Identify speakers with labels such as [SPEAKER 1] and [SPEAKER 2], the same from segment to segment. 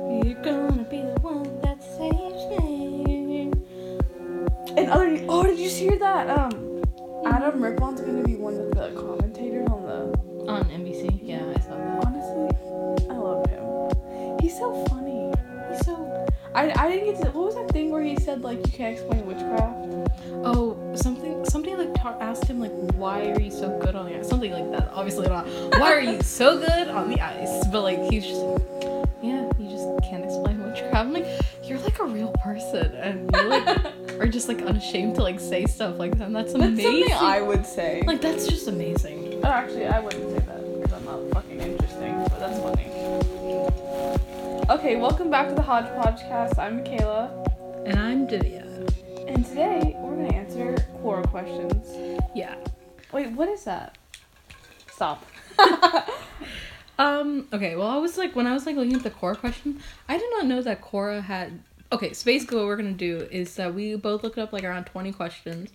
[SPEAKER 1] myself now.
[SPEAKER 2] oh, um, Honestly, I love him. He's so funny. He's so. I, I didn't get to. What was that thing where he said like you can't explain witchcraft?
[SPEAKER 1] Oh, something. Somebody like ta- asked him like, "Why are you so good on the ice?" Something like that. Obviously not. Why are you so good on the ice? But like, he's just, yeah, you just can't explain witchcraft. I'm like, you're like a real person, and you like are just like unashamed to like say stuff like that. And that's
[SPEAKER 2] That's
[SPEAKER 1] amazing.
[SPEAKER 2] something I would say.
[SPEAKER 1] like that's just amazing.
[SPEAKER 2] Oh, actually, I wouldn't say that because I'm not fucking interesting, but that's funny. Okay, welcome back to the Hodge Podcast. I'm Michaela,
[SPEAKER 1] And I'm Divya.
[SPEAKER 2] and today we're gonna answer Quora questions.
[SPEAKER 1] Yeah.
[SPEAKER 2] Wait, what is that? Stop.
[SPEAKER 1] Um, okay, well, I was like, when I was like looking at the Cora question, I did not know that Cora had. Okay, so basically, what we're gonna do is that we both looked up like around 20 questions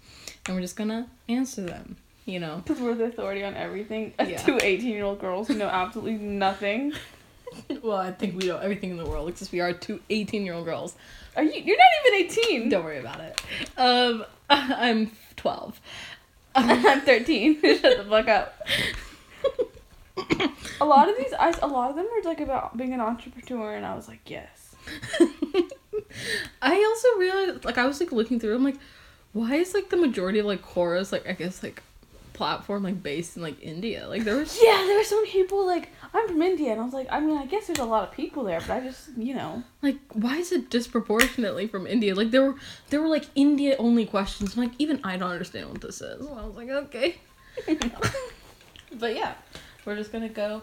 [SPEAKER 1] and we're just gonna answer them, you know?
[SPEAKER 2] Because we're the authority on everything.
[SPEAKER 1] Yeah.
[SPEAKER 2] Two 18 year old girls who know absolutely nothing.
[SPEAKER 1] well, I think we know everything in the world because we are two 18 year old girls.
[SPEAKER 2] Are you? You're not even 18.
[SPEAKER 1] Don't worry about it. Um, I'm 12.
[SPEAKER 2] I'm 13. Shut the fuck up. A lot of these, I, a lot of them are like about being an entrepreneur, and I was like, yes.
[SPEAKER 1] I also realized, like, I was like looking through. I'm like, why is like the majority of like Cora's like I guess like platform like based in like India? Like there was
[SPEAKER 2] Yeah, there were some people like I'm from India, and I was like, I mean, I guess there's a lot of people there, but I just, you know,
[SPEAKER 1] like why is it disproportionately from India? Like there were there were like India only questions. I'm like even I don't understand what this is. I was like okay, but yeah, we're just gonna go.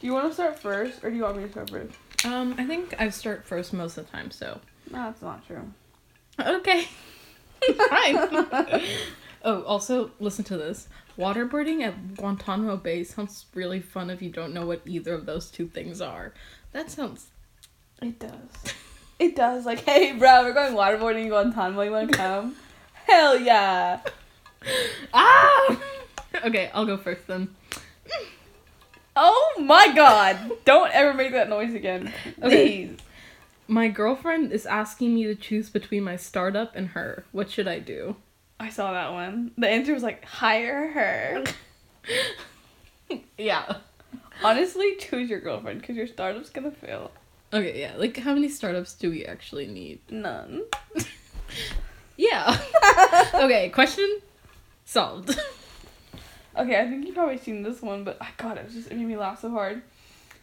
[SPEAKER 2] do you want to start first, or do you want me to start first?
[SPEAKER 1] Um, I think I start first most of the time. So
[SPEAKER 2] No, that's not true.
[SPEAKER 1] okay, fine. oh, also listen to this. Waterboarding at Guantanamo Bay sounds really fun if you don't know what either of those two things are. That sounds
[SPEAKER 2] It does. It does. Like, hey, bro, we're going waterboarding in Guantanamo. You want to come? Hell yeah.
[SPEAKER 1] ah. okay, I'll go first then.
[SPEAKER 2] Oh my god. Don't ever make that noise again.
[SPEAKER 1] Okay.
[SPEAKER 2] Please.
[SPEAKER 1] My girlfriend is asking me to choose between my startup and her. What should I do?
[SPEAKER 2] I saw that one. The answer was like, hire her.
[SPEAKER 1] Yeah.
[SPEAKER 2] Honestly, choose your girlfriend because your startup's gonna fail.
[SPEAKER 1] Okay, yeah. Like, how many startups do we actually need?
[SPEAKER 2] None.
[SPEAKER 1] Yeah. okay, question solved.
[SPEAKER 2] Okay, I think you've probably seen this one, but I god, it was just it made me laugh so hard.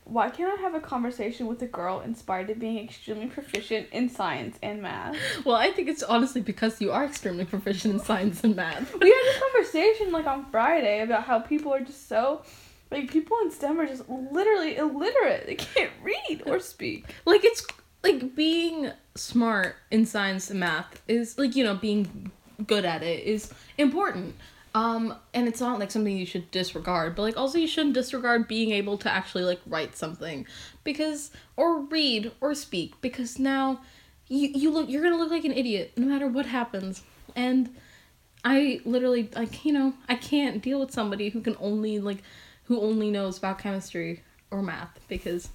[SPEAKER 2] Why can't I have a conversation with a girl inspired of being extremely proficient in science and math?
[SPEAKER 1] Well, I think it's honestly because you are extremely proficient in science and math.
[SPEAKER 2] We had this conversation like on Friday about how people are just so like people in STEM are just literally illiterate. They can't read or speak.
[SPEAKER 1] Like, it's like being smart in science and math is like, you know, being good at it is important. Um, and it's not like something you should disregard, but like also you shouldn't disregard being able to actually like write something because or read or speak because now you you look you're gonna look like an idiot no matter what happens. And I literally like you know, I can't deal with somebody who can only like who only knows about chemistry or math because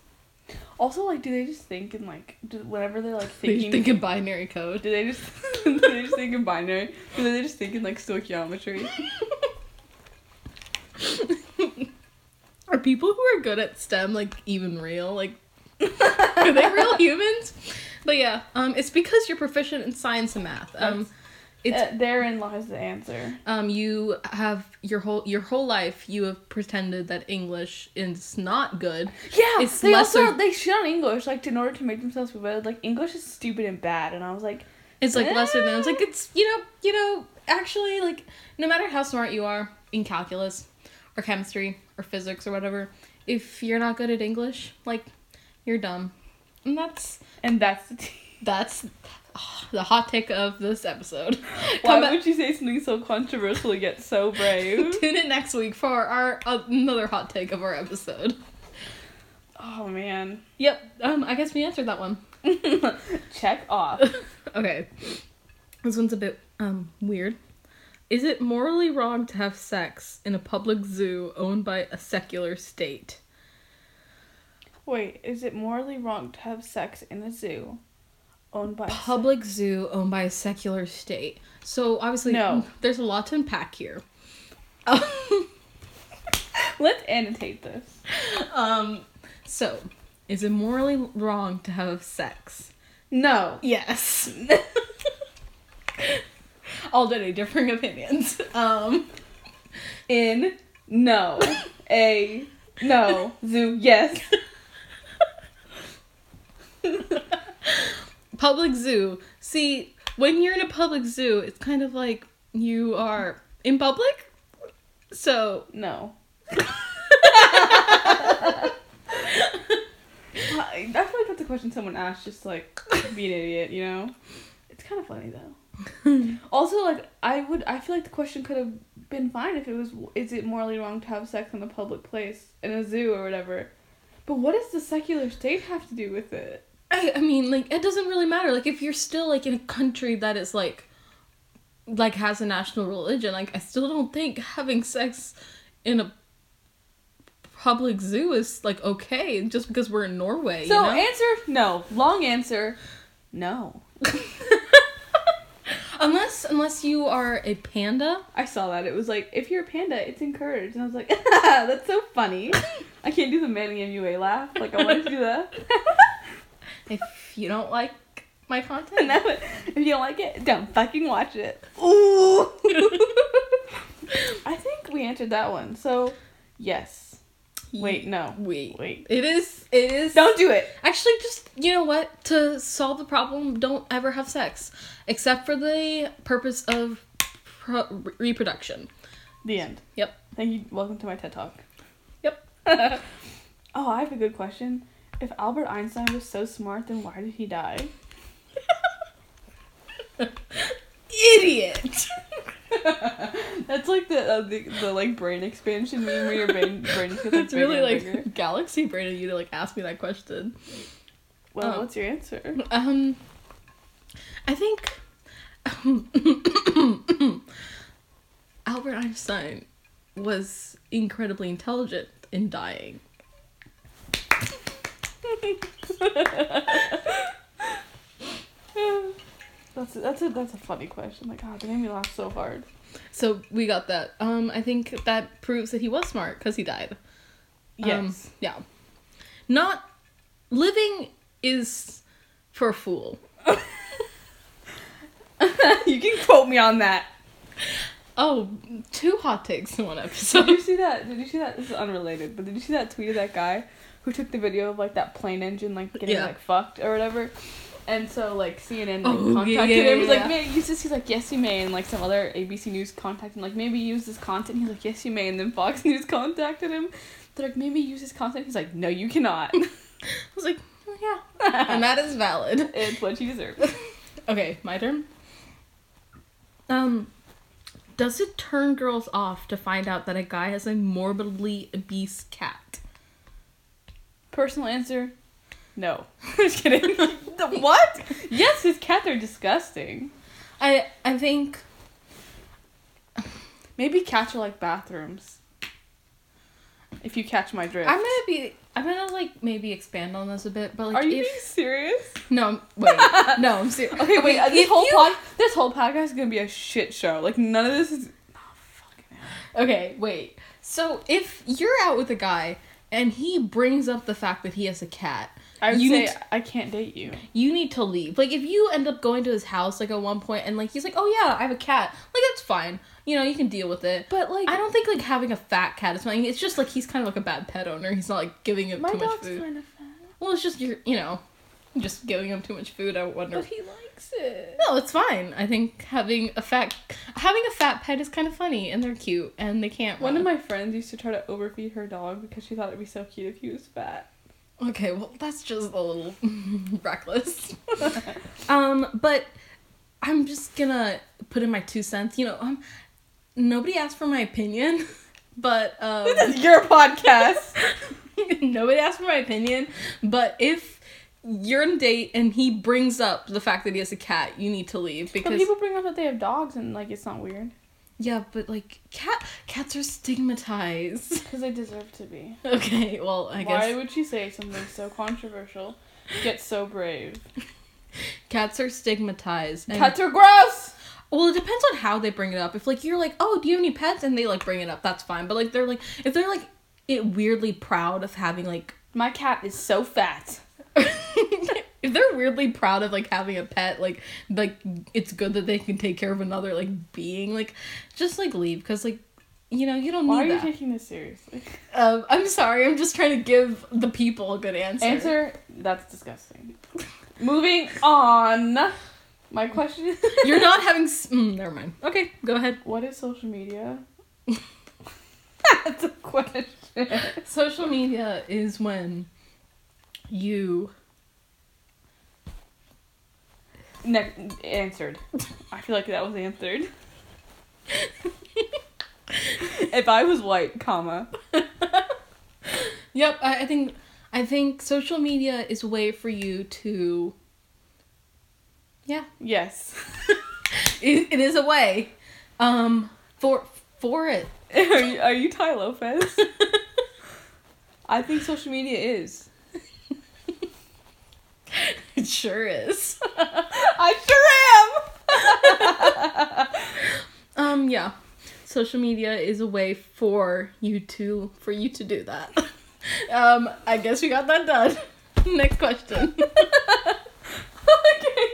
[SPEAKER 2] Also, like, do they just think in like do, whenever they're like
[SPEAKER 1] they just
[SPEAKER 2] thinking?
[SPEAKER 1] think in binary code.
[SPEAKER 2] do they just do they just think in binary? Do they just think in like stoichiometry?
[SPEAKER 1] Are people who are good at STEM like even real? Like are they real humans? But yeah, um, it's because you're proficient in science and math. Um, it's
[SPEAKER 2] Uh, therein lies the answer.
[SPEAKER 1] um, you have your whole your whole life you have pretended that English is not good.
[SPEAKER 2] Yeah,
[SPEAKER 1] It's
[SPEAKER 2] they
[SPEAKER 1] lesser-
[SPEAKER 2] also they shit on English like to, in order to make themselves feel better. Like English is stupid and bad, and I was like,
[SPEAKER 1] It's like lesser than. It's
[SPEAKER 2] Yeah.
[SPEAKER 1] like it's you know you know actually like no matter how smart you are in calculus, or chemistry or physics or whatever, if you're not good at English, like you're dumb, and that's
[SPEAKER 2] and that's the tea.
[SPEAKER 1] that's the hot take of this episode.
[SPEAKER 2] Why
[SPEAKER 1] Come back-
[SPEAKER 2] would you say something so controversial yet so brave?
[SPEAKER 1] Tune in next week for our another hot take of our episode.
[SPEAKER 2] oh man,
[SPEAKER 1] Yep. Um. I guess we answered that one.
[SPEAKER 2] check off.
[SPEAKER 1] okay. This one's a bit um weird. Is it morally wrong to have sex in a public zoo owned by a secular state?
[SPEAKER 2] Wait, is it morally wrong to have sex in a zoo owned by a se-
[SPEAKER 1] Public zoo owned by a secular state. So obviously
[SPEAKER 2] No.
[SPEAKER 1] there's a lot to unpack here.
[SPEAKER 2] Let's annotate this.
[SPEAKER 1] Um, so, is it morally wrong to have sex?
[SPEAKER 2] No.
[SPEAKER 1] Yes. Already differing opinions. Um,
[SPEAKER 2] In. No. A. No. Zoo. Yes.
[SPEAKER 1] public zoo. See, when you're in a public zoo, it's kind of like you are in public. So,
[SPEAKER 2] No. I I feel like that's a question someone asked, just like be an idiot, you know. It's kind of funny though. also, like I would, I feel like the question could have been fine if it was, is it morally wrong to have sex in a public place, in a zoo or whatever? But what does the secular state have to do with it?
[SPEAKER 1] I, I mean, like, it doesn't really matter. Like, if you're still, like, in a country that is, like, like, has a national religion, like, I still don't think having sex in a public zoo is, like, okay, just because we're in Norway,
[SPEAKER 2] So
[SPEAKER 1] you know?
[SPEAKER 2] answer no. Long answer, no.
[SPEAKER 1] unless, unless you are a panda.
[SPEAKER 2] I saw that. It was like, if you're a panda, it's encouraged. And I was like, that's so funny. I can't do the Manny MUA laugh. Like, I wanted to do that.
[SPEAKER 1] If you don't like my content,
[SPEAKER 2] and that would- if you don't like it, don't fucking watch it. Ooh. I think we answered that one. So, yes. Wait, no.
[SPEAKER 1] wait,
[SPEAKER 2] Wait.
[SPEAKER 1] It is, it is.
[SPEAKER 2] Don't do it.
[SPEAKER 1] Actually, just you know what? To solve the problem, don't ever have sex, except for the purpose of pro- re- reproduction.
[SPEAKER 2] The end.
[SPEAKER 1] Yep.
[SPEAKER 2] Thank you. Welcome to my TED Talk.
[SPEAKER 1] Yep.
[SPEAKER 2] oh, I have a good question. If Albert Einstein was so smart, then why did he die?
[SPEAKER 1] Idiot.
[SPEAKER 2] That's like the, uh, the the like brain expansion meme where your brain brain just gets like,
[SPEAKER 1] It's really
[SPEAKER 2] bigger and
[SPEAKER 1] like
[SPEAKER 2] bigger.
[SPEAKER 1] galaxy brain of you to like ask me that question.
[SPEAKER 2] Well,
[SPEAKER 1] oh.
[SPEAKER 2] what's your answer?
[SPEAKER 1] Um, I think Albert Einstein was incredibly intelligent in dying.
[SPEAKER 2] That's a, that's a that's a funny question. Like, God, that made me laugh so hard.
[SPEAKER 1] So we got that. Um, I think that proves that he was smart because he died. Um,
[SPEAKER 2] Yes.
[SPEAKER 1] yeah. Not living is for a fool.
[SPEAKER 2] you can quote me on that.
[SPEAKER 1] Oh, two hot takes in one
[SPEAKER 2] Did
[SPEAKER 1] episode.
[SPEAKER 2] you see that? Did you see that? This is unrelated, but did you see that tweet of that guy who took the video of like that plane engine like getting
[SPEAKER 1] Yeah.
[SPEAKER 2] like fucked or whatever? And so like CNN like,
[SPEAKER 1] Oh, yeah,
[SPEAKER 2] contacted
[SPEAKER 1] yeah,
[SPEAKER 2] him. He's
[SPEAKER 1] yeah.
[SPEAKER 2] like, may I use this? He's like, yes, you may. And like some other ABC News contacted him, like maybe use this content. He's like, yes, you may. And then Fox News contacted him. They're like, maybe use this content. He's like, no, you cannot.
[SPEAKER 1] I was like, oh, yeah. and that is valid.
[SPEAKER 2] it's what you deserve.
[SPEAKER 1] Okay, my turn. Um, does it turn girls off to find out that a guy has a morbidly obese cat?
[SPEAKER 2] Personal answer, no. Just kidding. The what? Yes, his cats are disgusting.
[SPEAKER 1] I I think
[SPEAKER 2] Maybe cats are like bathrooms. If you catch my drift.
[SPEAKER 1] I'm gonna be I'm gonna like maybe expand on this a bit, but like
[SPEAKER 2] are you
[SPEAKER 1] if
[SPEAKER 2] being serious?
[SPEAKER 1] no wait no I'm serious.
[SPEAKER 2] Okay, wait. uh, this
[SPEAKER 1] if
[SPEAKER 2] whole
[SPEAKER 1] you-
[SPEAKER 2] pod, this whole podcast is gonna be a shit show. Like none of this is. Oh, fucking hell.
[SPEAKER 1] Okay, wait. So if you're out with a guy and he brings up the fact that he has a cat,
[SPEAKER 2] I would
[SPEAKER 1] you
[SPEAKER 2] say
[SPEAKER 1] need to,
[SPEAKER 2] I can't date you.
[SPEAKER 1] you need to leave. Like if you end up going to his house like at one point and like he's like, "Oh yeah, I have a cat." Like that's fine. You know, you can deal with it.
[SPEAKER 2] But like,
[SPEAKER 1] I don't think like having a fat cat is fine. It's just like he's kind of like a bad pet owner. He's not like giving him
[SPEAKER 2] My
[SPEAKER 1] too much
[SPEAKER 2] dog's
[SPEAKER 1] food.
[SPEAKER 2] kind of fat,
[SPEAKER 1] Well, it's just you're, you know, just giving him too much food. I wonder.
[SPEAKER 2] but he likes it.
[SPEAKER 1] No, it's fine. I think having a fat having a fat pet is kind of funny and they're cute and they can't.
[SPEAKER 2] One
[SPEAKER 1] run.
[SPEAKER 2] of my friends used to try to overfeed her dog because she thought it'd be so cute if he was fat.
[SPEAKER 1] Okay, well that's just a little reckless. um, but I'm just gonna put in my two cents. You know, um, nobody asked for my opinion, but um,
[SPEAKER 2] This is your podcast.
[SPEAKER 1] nobody asked for my opinion. But if you're on a date and he brings up the fact that he has a cat, you need to leave
[SPEAKER 2] But
[SPEAKER 1] because
[SPEAKER 2] people bring up that they have dogs and like it's not weird
[SPEAKER 1] yeah, but like cat cats are stigmatized.
[SPEAKER 2] because they deserve to be.
[SPEAKER 1] Okay, well I
[SPEAKER 2] Why
[SPEAKER 1] guess
[SPEAKER 2] would she say something so controversial? Get so brave.
[SPEAKER 1] cats are stigmatized. and-
[SPEAKER 2] Cats are gross.
[SPEAKER 1] Well, it depends on how they bring it up. If like you're like, oh, do you have any pets? And they like bring it up, that's fine. But like they're like, if they're like, it weirdly proud of having like
[SPEAKER 2] My cat is so fat.
[SPEAKER 1] if they're weirdly proud of like having a pet like like it's good that they can take care of another like being like just like leave because like you know you don't
[SPEAKER 2] Why are
[SPEAKER 1] need
[SPEAKER 2] you
[SPEAKER 1] that
[SPEAKER 2] taking this seriously?
[SPEAKER 1] um, i'm sorry i'm just trying to give the people a good answer
[SPEAKER 2] Answer that's disgusting. Moving on. My question is
[SPEAKER 1] you're not having s- mm, never mind okay go ahead
[SPEAKER 2] What is social media? That's a question.
[SPEAKER 1] social media is when you
[SPEAKER 2] Ne- answered. I feel like that was answered. if I was white, comma.
[SPEAKER 1] Yep, I, I think I think social media is a way for you to. Yeah,
[SPEAKER 2] Yes.
[SPEAKER 1] it, it is a way, um, for for it.
[SPEAKER 2] are, you, are you Ty Lopez? I think social media is.
[SPEAKER 1] It sure is.
[SPEAKER 2] I sure am!
[SPEAKER 1] Um, yeah, social media is a way for you to for you to do that. um, I guess we got that done. Next question.
[SPEAKER 2] okay,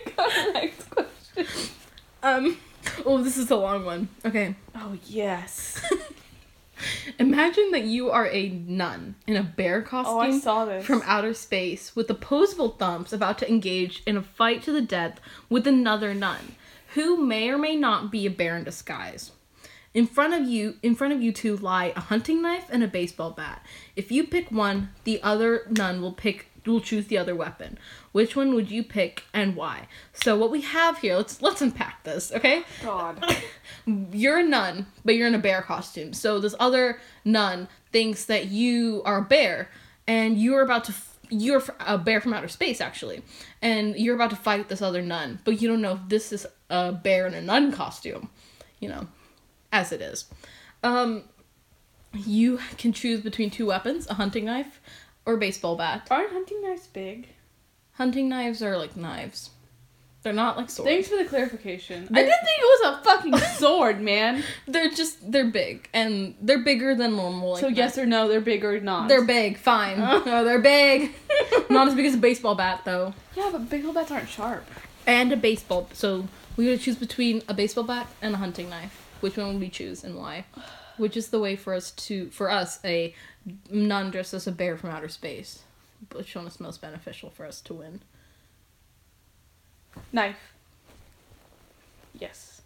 [SPEAKER 2] go to the next question.
[SPEAKER 1] Um, oh, this is a long one. Okay.
[SPEAKER 2] Oh, yes.
[SPEAKER 1] Imagine that you are a nun in a bear costume.
[SPEAKER 2] Oh, I saw this.
[SPEAKER 1] from outer space with opposable thumbs about to engage in a fight to the death with another nun who may or may not be a bear in disguise in front of you in front of you two lie a hunting knife and a baseball bat if you pick one the other nun will pick will choose the other weapon which one would you pick and why so what we have here let's let's unpack this okay
[SPEAKER 2] God.
[SPEAKER 1] you're a nun, but you're in a bear costume. So this other nun thinks that you are a bear, and you're about to f- you're f- a bear from outer space actually, and you're about to fight this other nun, but you don't know if this is a bear in a nun costume, you know, as it is. Um, you can choose between two weapons: a hunting knife or a baseball bat.
[SPEAKER 2] Aren't hunting knives big?
[SPEAKER 1] Hunting knives are like knives; they're not like swords.
[SPEAKER 2] Thanks for the clarification. I
[SPEAKER 1] They're-
[SPEAKER 2] didn't think it was a fucking sword, man.
[SPEAKER 1] They're just they're big and they're bigger than normal. Like
[SPEAKER 2] so yes or no, they're big or not.
[SPEAKER 1] They're big, fine. No, they're big. Not as big as a baseball bat though.
[SPEAKER 2] yeah, but big old bats aren't sharp.
[SPEAKER 1] And a baseball so we gotta choose between a baseball bat and a hunting knife. Which one would we choose and why? Which is the way for us to for us a non dressed as a bear from outer space. Which one is most beneficial for us to win?
[SPEAKER 2] Knife. Yes.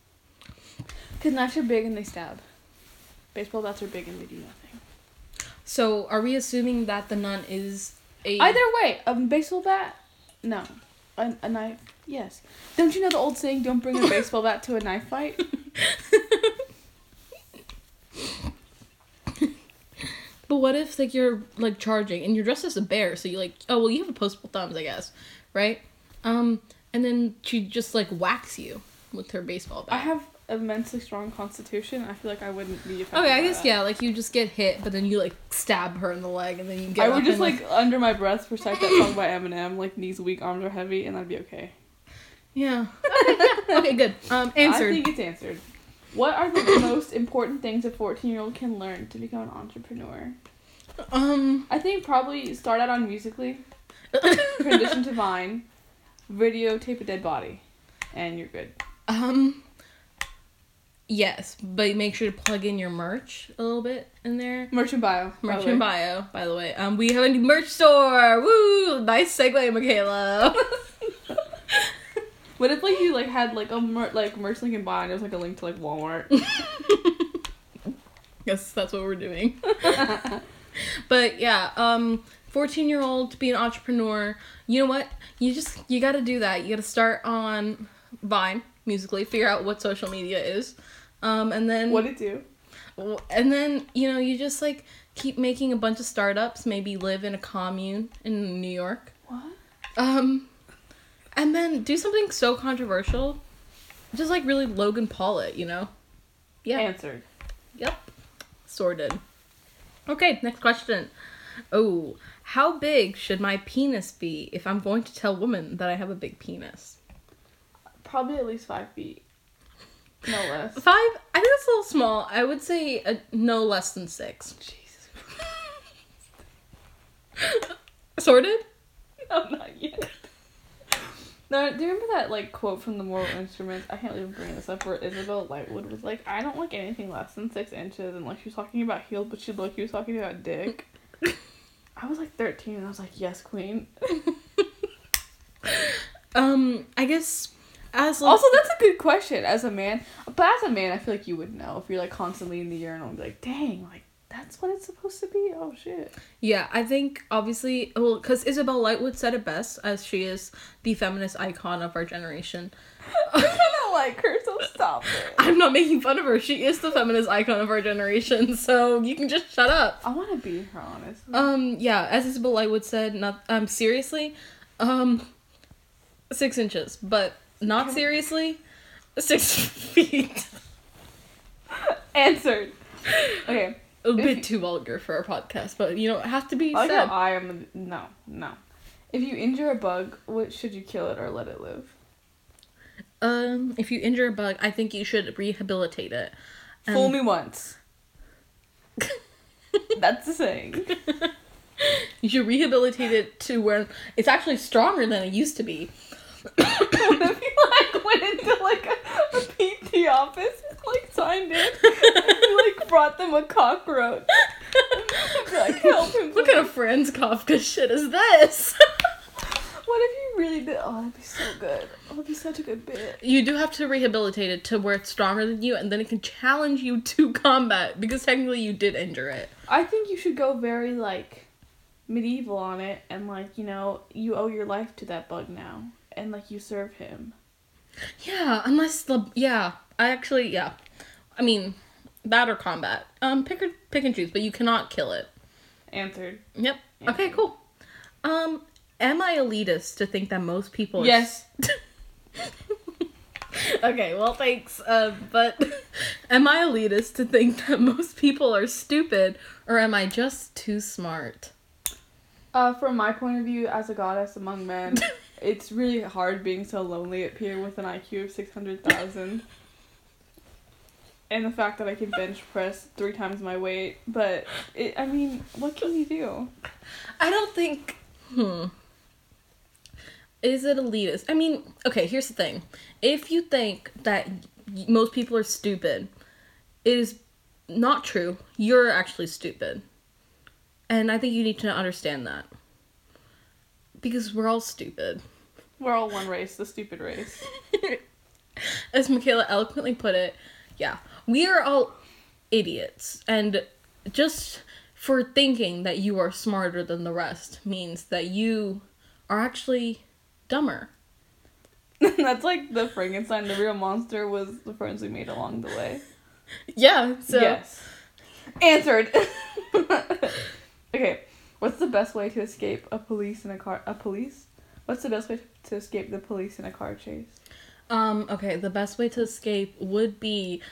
[SPEAKER 2] Because knives are big and they stab. Baseball bats are big and they do nothing.
[SPEAKER 1] So are we assuming that the nun is a
[SPEAKER 2] Either way, a baseball bat? No. A, a knife? Yes. Don't you know the old saying, don't bring a baseball bat to a knife fight?
[SPEAKER 1] But what if like you're like charging and you're dressed as a bear, so you like oh well you have opposable thumbs I guess, right? Um, and then she just like whacks you with her baseball bat.
[SPEAKER 2] I have immensely strong constitution. I feel like I wouldn't be affected.
[SPEAKER 1] okay, I
[SPEAKER 2] by
[SPEAKER 1] guess
[SPEAKER 2] that.
[SPEAKER 1] Oh, yeah, like you just get hit, but then you like stab her in the leg, and then you get.
[SPEAKER 2] I
[SPEAKER 1] up
[SPEAKER 2] would
[SPEAKER 1] and,
[SPEAKER 2] just like under my breath recite that song by Eminem, like knees weak, arms are heavy, and I'd be okay.
[SPEAKER 1] yeah. Okay, yeah. okay, good. Um, answered.
[SPEAKER 2] I think it's answered. What are the most important things a 14 year old can learn to become an entrepreneur?
[SPEAKER 1] Um,
[SPEAKER 2] I think probably start out on Musically, transition to Vine, videotape a dead body, and you're good.
[SPEAKER 1] um. Yes, but make sure to plug in your merch a little bit in there.
[SPEAKER 2] Merchant bio. by
[SPEAKER 1] Merch
[SPEAKER 2] the
[SPEAKER 1] in
[SPEAKER 2] way.
[SPEAKER 1] bio, by the way. Um, we have a new merch store. Woo! Nice segue, Michaela.
[SPEAKER 2] What if like you like had like a mer- like merch link in bio and it was like a link to like Walmart?
[SPEAKER 1] yes, that's what we're doing. but yeah, um, fourteen year old to be an entrepreneur. You know what? You just you got to do that. You got to start on Vine musically. Figure out what social media is. Um, and then
[SPEAKER 2] what it do?
[SPEAKER 1] and then you know you just like keep making a bunch of startups. Maybe live in a commune in New York.
[SPEAKER 2] What?
[SPEAKER 1] Um, and then do something so controversial, just like really Logan Paul it, you know? Yeah.
[SPEAKER 2] Answered.
[SPEAKER 1] Yep. Sorted. Okay, next question. Oh, how big should my penis be if I'm going to tell women that I have a big penis?
[SPEAKER 2] Probably at least five feet. No less.
[SPEAKER 1] Five. I think that's a little small. I would say uh no less than six.
[SPEAKER 2] Jesus.
[SPEAKER 1] sorted?
[SPEAKER 2] No, not yet. No, do you remember that like quote from the Moral Instruments? I can't even bring this up. Where Isabel Lightwood was like, "I don't like anything less than six inches," and like she was talking about heels, but she looked like she was talking about dick. I was like thirteen, and I was like, "Yes, queen."
[SPEAKER 1] Um, I guess as like,
[SPEAKER 2] Also, that's a good question as a man. But as a man, I feel like you would know if you're like constantly in the urinal and be like, "Dang, like that's what it's supposed to be." Oh shit.
[SPEAKER 1] yeah, I think obviously well, because Isabel Lightwood said it best, as she is the feminist icon of our generation.
[SPEAKER 2] I kind of like her, so stop it.
[SPEAKER 1] I'm not making fun of her. She is the feminist icon of our generation, so you can just shut up.
[SPEAKER 2] I want to be her, honestly.
[SPEAKER 1] Um, yeah, as Isabel Lightwood said, not um seriously, um, six inches, but not seriously, six feet.
[SPEAKER 2] Answered. Okay.
[SPEAKER 1] A bit too vulgar for our podcast, but you know it has to be
[SPEAKER 2] I like
[SPEAKER 1] said.
[SPEAKER 2] how I am. No, no. If you injure a bug, what should you kill it or let it live?
[SPEAKER 1] Um, if you injure a bug, I think you should rehabilitate it.
[SPEAKER 2] Fool
[SPEAKER 1] Um,
[SPEAKER 2] me once. That's the saying.
[SPEAKER 1] You should rehabilitate it to where it's actually stronger than it used to be.
[SPEAKER 2] What if you like went into like a, a PT office, and, like signed in, and, you, like brought them a cockroach? Be like help him.
[SPEAKER 1] What
[SPEAKER 2] please."
[SPEAKER 1] kind of Franz Kafka shit is this?
[SPEAKER 2] What if you really did? Oh, that'd be so good. Oh, that'd be such a good bit.
[SPEAKER 1] you do have to rehabilitate it to where it's stronger than you, and then it can challenge you to combat because technically you did injure it.
[SPEAKER 2] I think you should go very like medieval on it and like, you know, you owe your life to that bug now and like you serve him.
[SPEAKER 1] Yeah, unless the yeah, I actually yeah, I mean that or combat. Um, pick or pick and choose, but you cannot kill it.
[SPEAKER 2] Answered.
[SPEAKER 1] Yep. Okay, cool. Um, am I elitist to think that most people? are-
[SPEAKER 2] Yes.
[SPEAKER 1] okay, well, thanks. Uh, but am I elitist to think that most people are stupid, or am I just too smart?
[SPEAKER 2] Uh from my point of view as a goddess among men, it's really hard being so lonely at peer with an IQ of 600,000. and the fact that I can bench press three times my weight, but it, I mean, what can you do?
[SPEAKER 1] I don't think. Hmm. Is it elitist? I mean, okay, here's the thing. If you think that y- most people are stupid, it is not true. You're actually stupid. And I think you need to understand that. Because we're all stupid.
[SPEAKER 2] We're all one race, the stupid race.
[SPEAKER 1] As Michaela eloquently put it, yeah, we are all idiots. And just for thinking that you are smarter than the rest means that you are actually dumber.
[SPEAKER 2] That's like the Frankenstein, the real monster was the friends we made along the way.
[SPEAKER 1] Yeah, so
[SPEAKER 2] yes. Answered. okay. What's the best way to escape a police in a car a police? What's the best way to escape the police in a car chase?
[SPEAKER 1] um okay, the best way to escape would be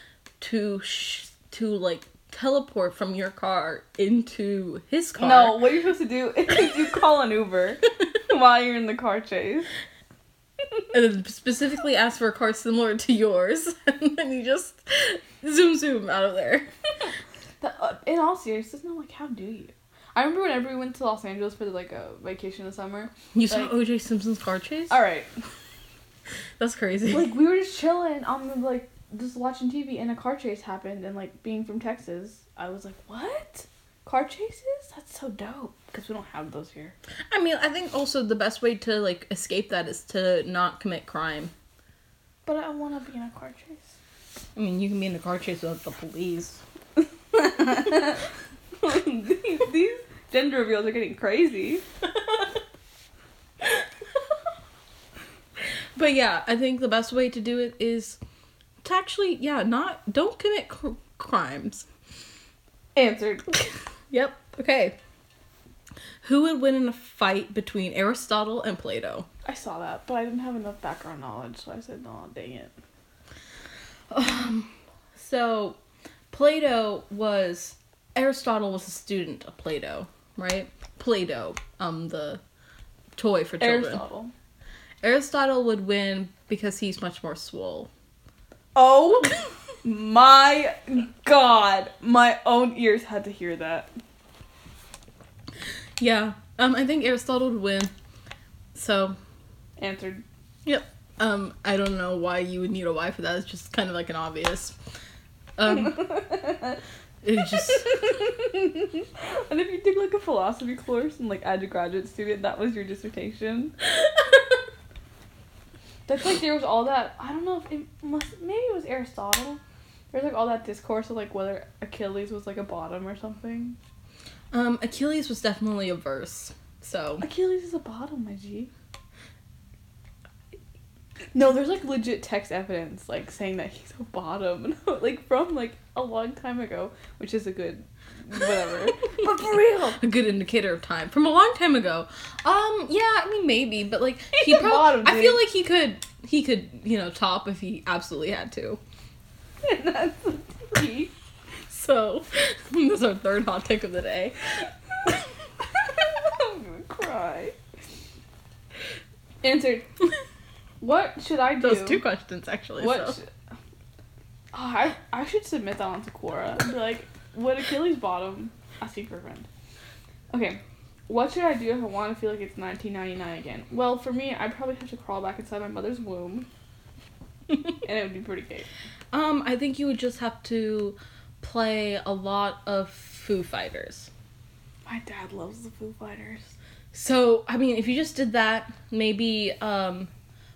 [SPEAKER 1] to sh- to like teleport from your car into his car.
[SPEAKER 2] No, what you're supposed to do is you call an Uber while you're in the car chase.
[SPEAKER 1] and specifically ask for a car similar to yours and then you just zoom zoom out of there.
[SPEAKER 2] That, uh, in all seriousness, no, like how do you? I remember whenever we went to Los Angeles for like a vacation this summer.
[SPEAKER 1] You saw
[SPEAKER 2] Like-
[SPEAKER 1] OJ Simpson's car chase?
[SPEAKER 2] All right,
[SPEAKER 1] That's crazy.
[SPEAKER 2] like we were just chilling on the like just watching TV and a car chase happened and like being from Texas, I was like, "What? Car chases? That's so dope because we don't have those here."
[SPEAKER 1] I mean, I think also the best way to like escape that is to not commit crime.
[SPEAKER 2] But I want to be in a car chase.
[SPEAKER 1] I mean, you can be in a car chase without the police.
[SPEAKER 2] these, these gender reveals are getting crazy.
[SPEAKER 1] But yeah, I think the best way to do it is to actually, yeah, not don't commit cr- crimes.
[SPEAKER 2] Answered.
[SPEAKER 1] Yep. Okay. Who would win in a fight between Aristotle and Plato?
[SPEAKER 2] I saw that, but I didn't have enough background knowledge, so I said, "No, dang it."
[SPEAKER 1] So, Plato was Aristotle was a student of Plato, right? Plato, um, the toy for children. Aristotle,
[SPEAKER 2] Aristotle.
[SPEAKER 1] would win because he's much more swole.
[SPEAKER 2] Oh my god! My own ears had to hear that.
[SPEAKER 1] Yeah. Um, I think Aristotle would win. So,
[SPEAKER 2] Answered.
[SPEAKER 1] yep. Um, I don't know why you would need a Y for that. It's just kind of like an obvious. Um, it's just
[SPEAKER 2] and if you took like a philosophy course and like as a graduate student, that was your dissertation. That's like there was all that. I don't know if it must. Maybe it was Aristotle. There's like all that discourse of like whether Achilles was like a bottom or something.
[SPEAKER 1] um, Achilles was definitely a verse. So
[SPEAKER 2] Achilles is a bottom, my G. No, there's like legit text evidence like saying that he's a bottom, like from like a long time ago, which is a good whatever. but for real,
[SPEAKER 1] a good indicator of time from a long time ago. Um, yeah, I mean maybe, but like he
[SPEAKER 2] He's a
[SPEAKER 1] probably.
[SPEAKER 2] bottom,
[SPEAKER 1] I feel
[SPEAKER 2] dude.
[SPEAKER 1] like he could he could you know top if he absolutely had to.
[SPEAKER 2] and that's a T.
[SPEAKER 1] So this is our third hot take of the day.
[SPEAKER 2] I'm gonna cry. Answered. What should I do?
[SPEAKER 1] Those two questions actually.
[SPEAKER 2] What?
[SPEAKER 1] so.
[SPEAKER 2] sh- oh, I I should submit that onto Quora. Be like, would Achilles bottom? Asking for a friend. Okay, what should I do if I want to feel like it's 1999 again? Well, for me, I'd probably have to crawl back inside my mother's womb, and it would be pretty gay.
[SPEAKER 1] Um, I think you would just have to play a lot of Foo Fighters.
[SPEAKER 2] My dad loves the Foo Fighters.
[SPEAKER 1] So, I mean, if you just did that, maybe um,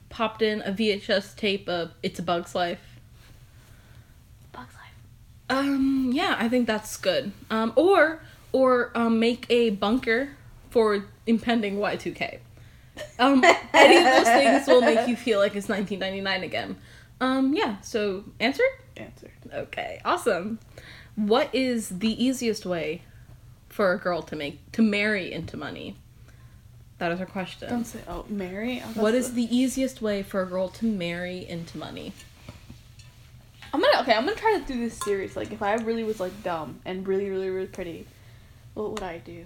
[SPEAKER 1] popped in a VHS tape of It's a Bug's Life.
[SPEAKER 2] Bugs Life.
[SPEAKER 1] Um, yeah, I think that's good. Um, or or um, make a bunker for impending Y2K. Um, any of those things will make you feel like it's 1999 again. Um, yeah, so answer?
[SPEAKER 2] Answered.
[SPEAKER 1] Okay, awesome. What is the easiest way for a girl to make to marry into money? That is our
[SPEAKER 2] Don't
[SPEAKER 1] question.
[SPEAKER 2] say. Oh, Mary. Oh,
[SPEAKER 1] What
[SPEAKER 2] that's
[SPEAKER 1] is the easiest way for a girl to marry into money?
[SPEAKER 2] I'm gonna okay. I'm gonna try to do this series. Like, if I really was like dumb and really, really, really pretty, what would I do?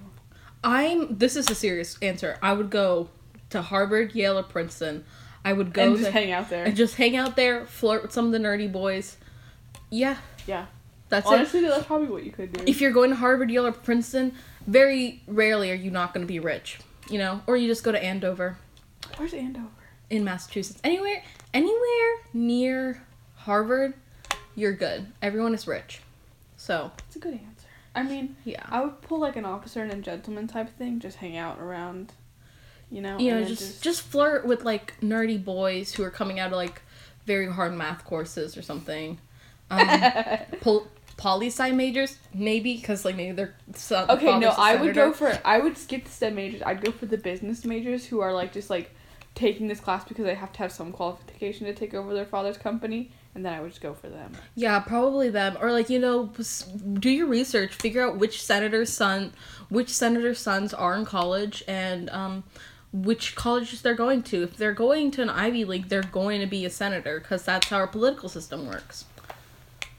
[SPEAKER 1] I'm this is a serious answer. I would go to Harvard, Yale, or Princeton. I would go
[SPEAKER 2] and just
[SPEAKER 1] there-
[SPEAKER 2] hang out there.
[SPEAKER 1] and just hang out there, flirt with some of the nerdy boys. Yeah,
[SPEAKER 2] yeah.
[SPEAKER 1] that's it.
[SPEAKER 2] Honestly, that's probably what you could do.
[SPEAKER 1] If you're going to Harvard, Yale, or Princeton, very rarely are you not going to be rich, you know? Or you just go to Andover.
[SPEAKER 2] Where's Andover?
[SPEAKER 1] in Massachusetts, anywhere, anywhere near Harvard, you're good. Everyone is rich. So
[SPEAKER 2] That's a good answer. I mean,
[SPEAKER 1] yeah,
[SPEAKER 2] I would pull like an officer and a gentleman type thing, just hang out around, you know.
[SPEAKER 1] you
[SPEAKER 2] and
[SPEAKER 1] know,
[SPEAKER 2] then
[SPEAKER 1] just, just flirt with like nerdy boys who are coming out of like very hard math courses or something. Um, pol- poli sci majors maybe because like maybe they're son-
[SPEAKER 2] okay,
[SPEAKER 1] father's
[SPEAKER 2] no,
[SPEAKER 1] a
[SPEAKER 2] I would go
[SPEAKER 1] senator.
[SPEAKER 2] for I would skip the STEM majors. I'd go for the business majors who are like just like taking this class because they have to have some qualification to take over their father's company, and then I would just go for them.
[SPEAKER 1] yeah probably them or like you know s- do your research figure out which senator's son which senator's sons are in college and um which colleges they're going to if they're going to an ivy league they're going to be a senator because that's how our political system works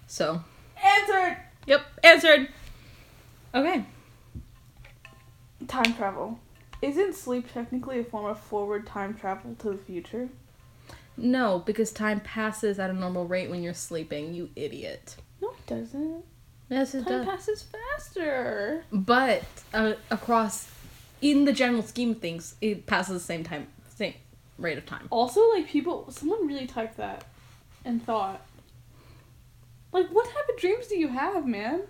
[SPEAKER 1] so
[SPEAKER 2] Answered.
[SPEAKER 1] yep answered okay
[SPEAKER 2] Time travel. Isn't sleep technically a form of forward time travel to the future?
[SPEAKER 1] no because time passes at a normal rate when you're sleeping you idiot
[SPEAKER 2] No, it doesn't.
[SPEAKER 1] yes it
[SPEAKER 2] time
[SPEAKER 1] does
[SPEAKER 2] passes faster.
[SPEAKER 1] but uh, across in the general scheme of things it passes the same time same rate of time
[SPEAKER 2] Also, like people, someone really typed that and thought, like, what type of dreams do you have, man?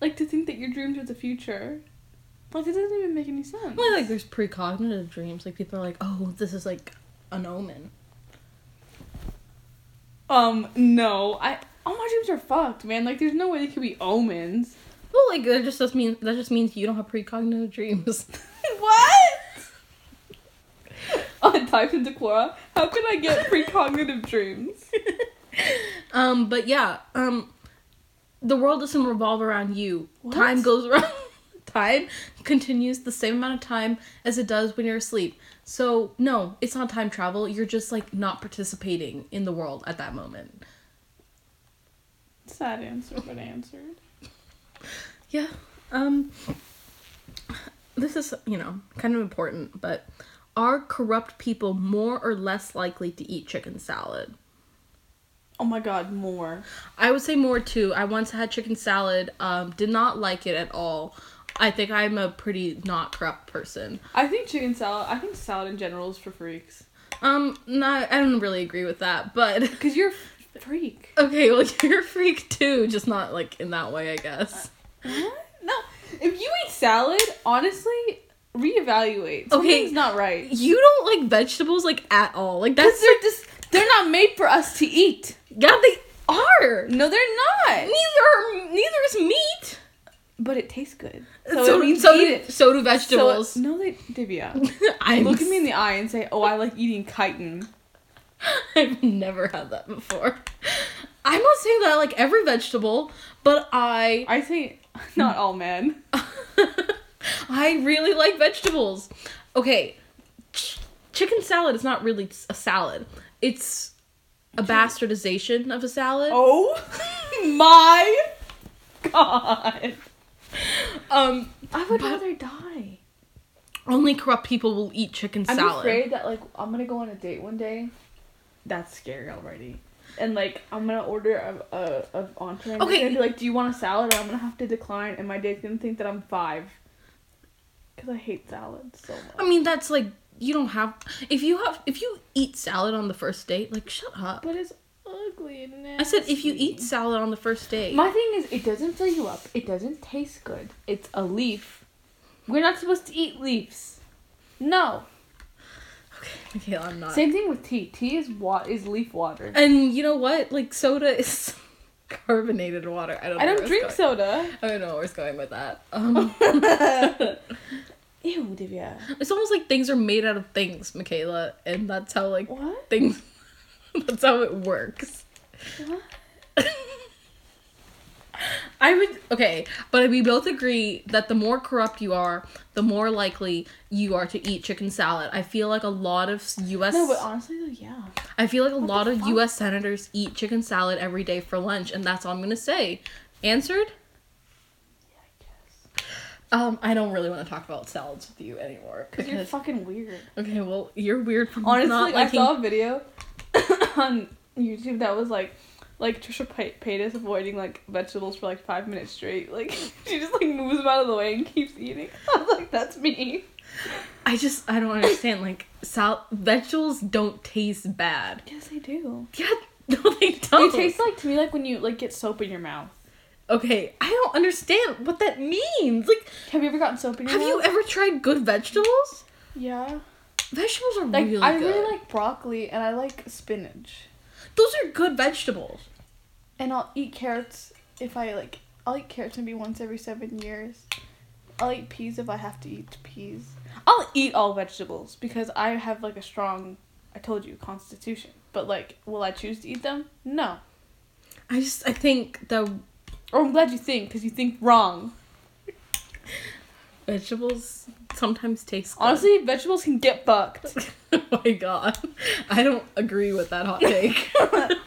[SPEAKER 2] Like to think that your dreams are the future. Like it doesn't even make any sense.
[SPEAKER 1] Well, like there's precognitive dreams. Like people are like, oh, this is like an omen.
[SPEAKER 2] um, no, I all my dreams are fucked, man. Like there's no way they could be omens.
[SPEAKER 1] Well, like that just does mean that just means you don't have precognitive dreams.
[SPEAKER 2] what? I typed into Quora. How can I get precognitive dreams?
[SPEAKER 1] um, but yeah, um, the world doesn't revolve around you.
[SPEAKER 2] What?
[SPEAKER 1] Time goes around. time continues the same amount of time as it does when you're asleep. So no, it's not time travel. You're just like not participating in the world at that moment.
[SPEAKER 2] Sad answer, but answered.
[SPEAKER 1] Yeah. Um this is, you know, kind of important, but are corrupt people more or less likely to eat chicken salad?
[SPEAKER 2] Oh my god, more.
[SPEAKER 1] I would say more too. I once had chicken salad, um, did not like it at all. I think I'm a pretty not corrupt person.
[SPEAKER 2] I think chicken salad. I think salad in general is for freaks.
[SPEAKER 1] Um, not I don't really agree with that, but
[SPEAKER 2] Cause you're a freak.
[SPEAKER 1] okay, well you're a freak too, just not like in that way, I guess.
[SPEAKER 2] What? No. If you eat salad, honestly, reevaluate. Something's not right.
[SPEAKER 1] You don't like vegetables like at all. Like
[SPEAKER 2] Because
[SPEAKER 1] that's
[SPEAKER 2] they're just they're not made for us to eat.
[SPEAKER 1] yeah, they are.
[SPEAKER 2] No, they're not.
[SPEAKER 1] Neither are neither is meat.
[SPEAKER 2] But it tastes good.
[SPEAKER 1] So
[SPEAKER 2] it
[SPEAKER 1] so
[SPEAKER 2] means
[SPEAKER 1] so,
[SPEAKER 2] eat
[SPEAKER 1] do,
[SPEAKER 2] it.
[SPEAKER 1] so do
[SPEAKER 2] So-
[SPEAKER 1] vegetables.
[SPEAKER 2] no, they Divya.
[SPEAKER 1] I'm,
[SPEAKER 2] Look at me in the eye and say, "Oh, I like eating chitin."
[SPEAKER 1] I've never had that before. I'm not saying that I like every vegetable, but I
[SPEAKER 2] I say, not all men.
[SPEAKER 1] I really like vegetables. Okay, ch- chicken salad is not really s- a salad. It's a bastardization of a salad.
[SPEAKER 2] Oh my god!
[SPEAKER 1] Um,
[SPEAKER 2] I would
[SPEAKER 1] But-
[SPEAKER 2] rather die.
[SPEAKER 1] only corrupt people will eat chicken
[SPEAKER 2] I'm
[SPEAKER 1] salad.
[SPEAKER 2] afraid that like I'm gonna go on a date one day. That's scary already. And like I'm gonna order a a, a entree. And
[SPEAKER 1] Okay.
[SPEAKER 2] okay. Gonna be like, do you want a salad? And I'm gonna have to decline, and my date's gonna think that I'm five. Cause I hate salad so much.
[SPEAKER 1] I mean, that's like you don't have if you have if you eat salad on the first date, like shut up.
[SPEAKER 2] But it's ugly and
[SPEAKER 1] I said if you eat
[SPEAKER 2] nasty.
[SPEAKER 1] salad on the first date.
[SPEAKER 2] My thing is, it doesn't fill you up. It doesn't taste good. It's a leaf. We're not supposed to eat leaves. No.
[SPEAKER 1] okay, I'm not.
[SPEAKER 2] Same thing with tea. Tea is wa- is leaf water.
[SPEAKER 1] And you know what? Like soda is carbonated water. I don't.
[SPEAKER 2] I
[SPEAKER 1] know
[SPEAKER 2] don't
[SPEAKER 1] where it's going.
[SPEAKER 2] drink soda.
[SPEAKER 1] I don't know where it's going with that. Um,
[SPEAKER 2] Ew, Divya.
[SPEAKER 1] it's almost like things are made out of things, Michaela, and that's how like
[SPEAKER 2] What?
[SPEAKER 1] things. that's how it works.
[SPEAKER 2] What?
[SPEAKER 1] I would okay, but we both agree that the more corrupt you are, the more likely you are to eat chicken salad. I feel like a lot of U.S.
[SPEAKER 2] No, but honestly, though, yeah.
[SPEAKER 1] I feel like a
[SPEAKER 2] the
[SPEAKER 1] lot of
[SPEAKER 2] fuck?
[SPEAKER 1] U.S. senators eat chicken salad every day for lunch, and that's all I'm gonna say. Answered.
[SPEAKER 2] Yeah, I guess.
[SPEAKER 1] Um, I don't really want to talk about salads with you anymore.
[SPEAKER 2] Because you're
[SPEAKER 1] because-
[SPEAKER 2] fucking weird.
[SPEAKER 1] okay, well, you're weird for
[SPEAKER 2] Honestly,
[SPEAKER 1] not
[SPEAKER 2] I
[SPEAKER 1] liking.
[SPEAKER 2] saw a video on YouTube that was like, like Trisha Pay- Paytas avoiding like vegetables for like five minutes straight. Like she just like moves them out of the way and keeps eating. I was like, that's me.
[SPEAKER 1] I just I don't understand. Like, sal vegetables don't taste bad.
[SPEAKER 2] Yes, I do. Oh.
[SPEAKER 1] Yeah, no, they
[SPEAKER 2] It
[SPEAKER 1] don't.
[SPEAKER 2] tastes like to me like when you like get soap in your mouth.
[SPEAKER 1] okay, I don't understand what that means. Like,
[SPEAKER 2] Have you e- ever gotten soap in your
[SPEAKER 1] have you
[SPEAKER 2] mouth?
[SPEAKER 1] ever tried good vegetables?
[SPEAKER 2] Yeah.
[SPEAKER 1] Vegetables are
[SPEAKER 2] Like
[SPEAKER 1] really
[SPEAKER 2] I
[SPEAKER 1] good.
[SPEAKER 2] really like broccoli and I like spinach.
[SPEAKER 1] Those are good vegetables.
[SPEAKER 2] And I'll eat carrots if I like. I'll eat carrots maybe once every seven years. I'll eat peas if I have to eat peas. I'll eat all vegetables because I have like a strong, I told you, constitution. But like, will I choose to eat them? No.
[SPEAKER 1] I just I think the
[SPEAKER 2] Or I'm glad you think because you think wrong.
[SPEAKER 1] vegetables sometimes taste good.
[SPEAKER 2] Honestly, vegetables can get fucked.
[SPEAKER 1] oh my god. I don't agree with that hot take.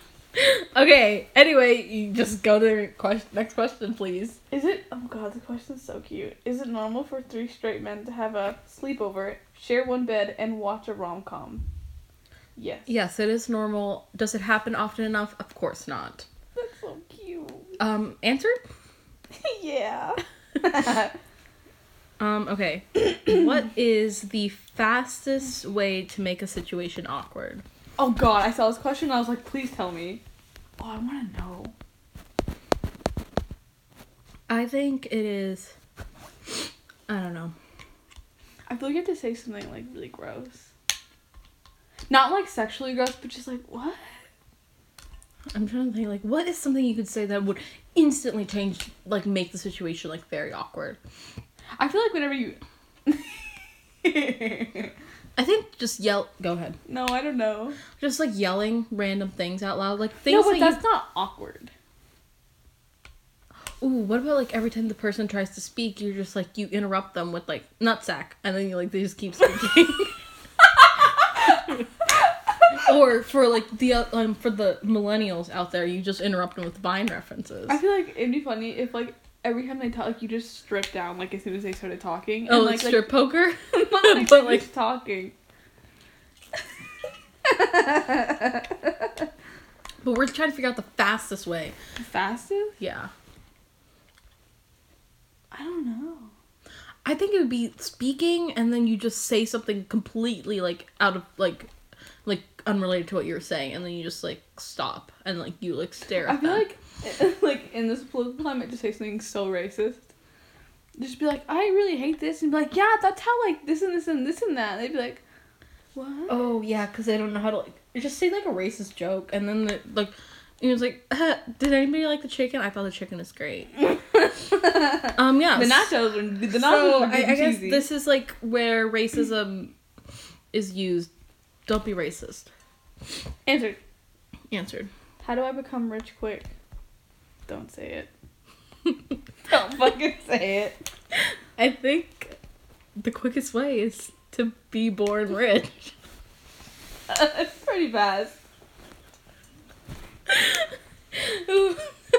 [SPEAKER 1] okay, anyway, you just go to the question, next question, please.
[SPEAKER 2] Is it? Oh god, the question's so cute. Is it normal for three straight men to have a sleepover, share one bed, and watch a rom com? Yes.
[SPEAKER 1] Yes, it is normal. Does it happen often enough? Of course not.
[SPEAKER 2] That's so cute.
[SPEAKER 1] Um, answer?
[SPEAKER 2] yeah.
[SPEAKER 1] Um, okay. what is the fastest way to make a situation awkward?
[SPEAKER 2] oh god, I saw this question and I was like, please tell me. Oh, I wanna know.
[SPEAKER 1] I think it is. I don't know.
[SPEAKER 2] I feel like you have to say something like really gross. Not like sexually gross, but just like, what?
[SPEAKER 1] I'm trying to think, like, what is something you could say that would instantly change, like, make the situation, like, very awkward?
[SPEAKER 2] I feel like whenever you.
[SPEAKER 1] I think just yell. Go ahead.
[SPEAKER 2] no, I don't know.
[SPEAKER 1] just like yelling random things out loud, like
[SPEAKER 2] No,
[SPEAKER 1] things
[SPEAKER 2] but
[SPEAKER 1] that
[SPEAKER 2] that's not awkward.
[SPEAKER 1] you. Ooh, what about like every time the person tries to speak, you're just like you interrupt them with like nutsack, and then you like they just keep speaking. or for like the uh, um for the millennials out there, you just interrupt them with Vine references.
[SPEAKER 2] I feel like it'd be funny if like every time they talk, like you just strip down like as soon as they started talking.
[SPEAKER 1] oh,
[SPEAKER 2] like
[SPEAKER 1] like strip poker.
[SPEAKER 2] like, like,
[SPEAKER 1] but,
[SPEAKER 2] but
[SPEAKER 1] like-
[SPEAKER 2] like talking.
[SPEAKER 1] But we're trying to figure out the fastest way.
[SPEAKER 2] Fastest?
[SPEAKER 1] Yeah.
[SPEAKER 2] I don't know.
[SPEAKER 1] I think it would be speaking and then you just say something completely like out of like like unrelated to what you were saying and then you just like stop and like you like stare at
[SPEAKER 2] I feel
[SPEAKER 1] them.
[SPEAKER 2] like, like in this political climate, to say something so racist, just be like, I really hate this, and be like, yeah, that's how like this and this and this and that. And they'd be like, what?
[SPEAKER 1] Oh yeah, because they don't know how to like just say like a racist joke, and then the, like he was like, "Uh, "Did anybody like the chicken? I thought the chicken is great." um yeah,
[SPEAKER 2] The nachos were the nachos
[SPEAKER 1] so
[SPEAKER 2] were
[SPEAKER 1] I, I guess
[SPEAKER 2] cheesy.
[SPEAKER 1] this is like where racism is used. Don't be racist.
[SPEAKER 2] Answer.
[SPEAKER 1] Answered.
[SPEAKER 2] How do I become rich quick? Don't say it. Don't fucking say it.
[SPEAKER 1] I think the quickest way is to be born rich.
[SPEAKER 2] it's pretty fast.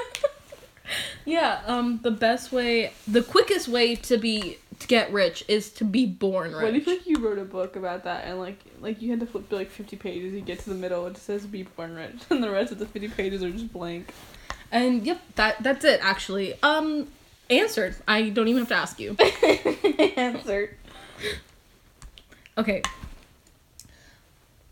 [SPEAKER 1] yeah, um the best way the quickest way to be to get rich is to be born rich.
[SPEAKER 2] What if like you wrote a book about that and like like you had to flip through like fifty pages, you get to the middle, it just says be born rich, and the rest of the fifty pages are just blank.
[SPEAKER 1] And yep, that that's it actually. Um answered. I don't even have to ask you.
[SPEAKER 2] Answer.
[SPEAKER 1] Okay.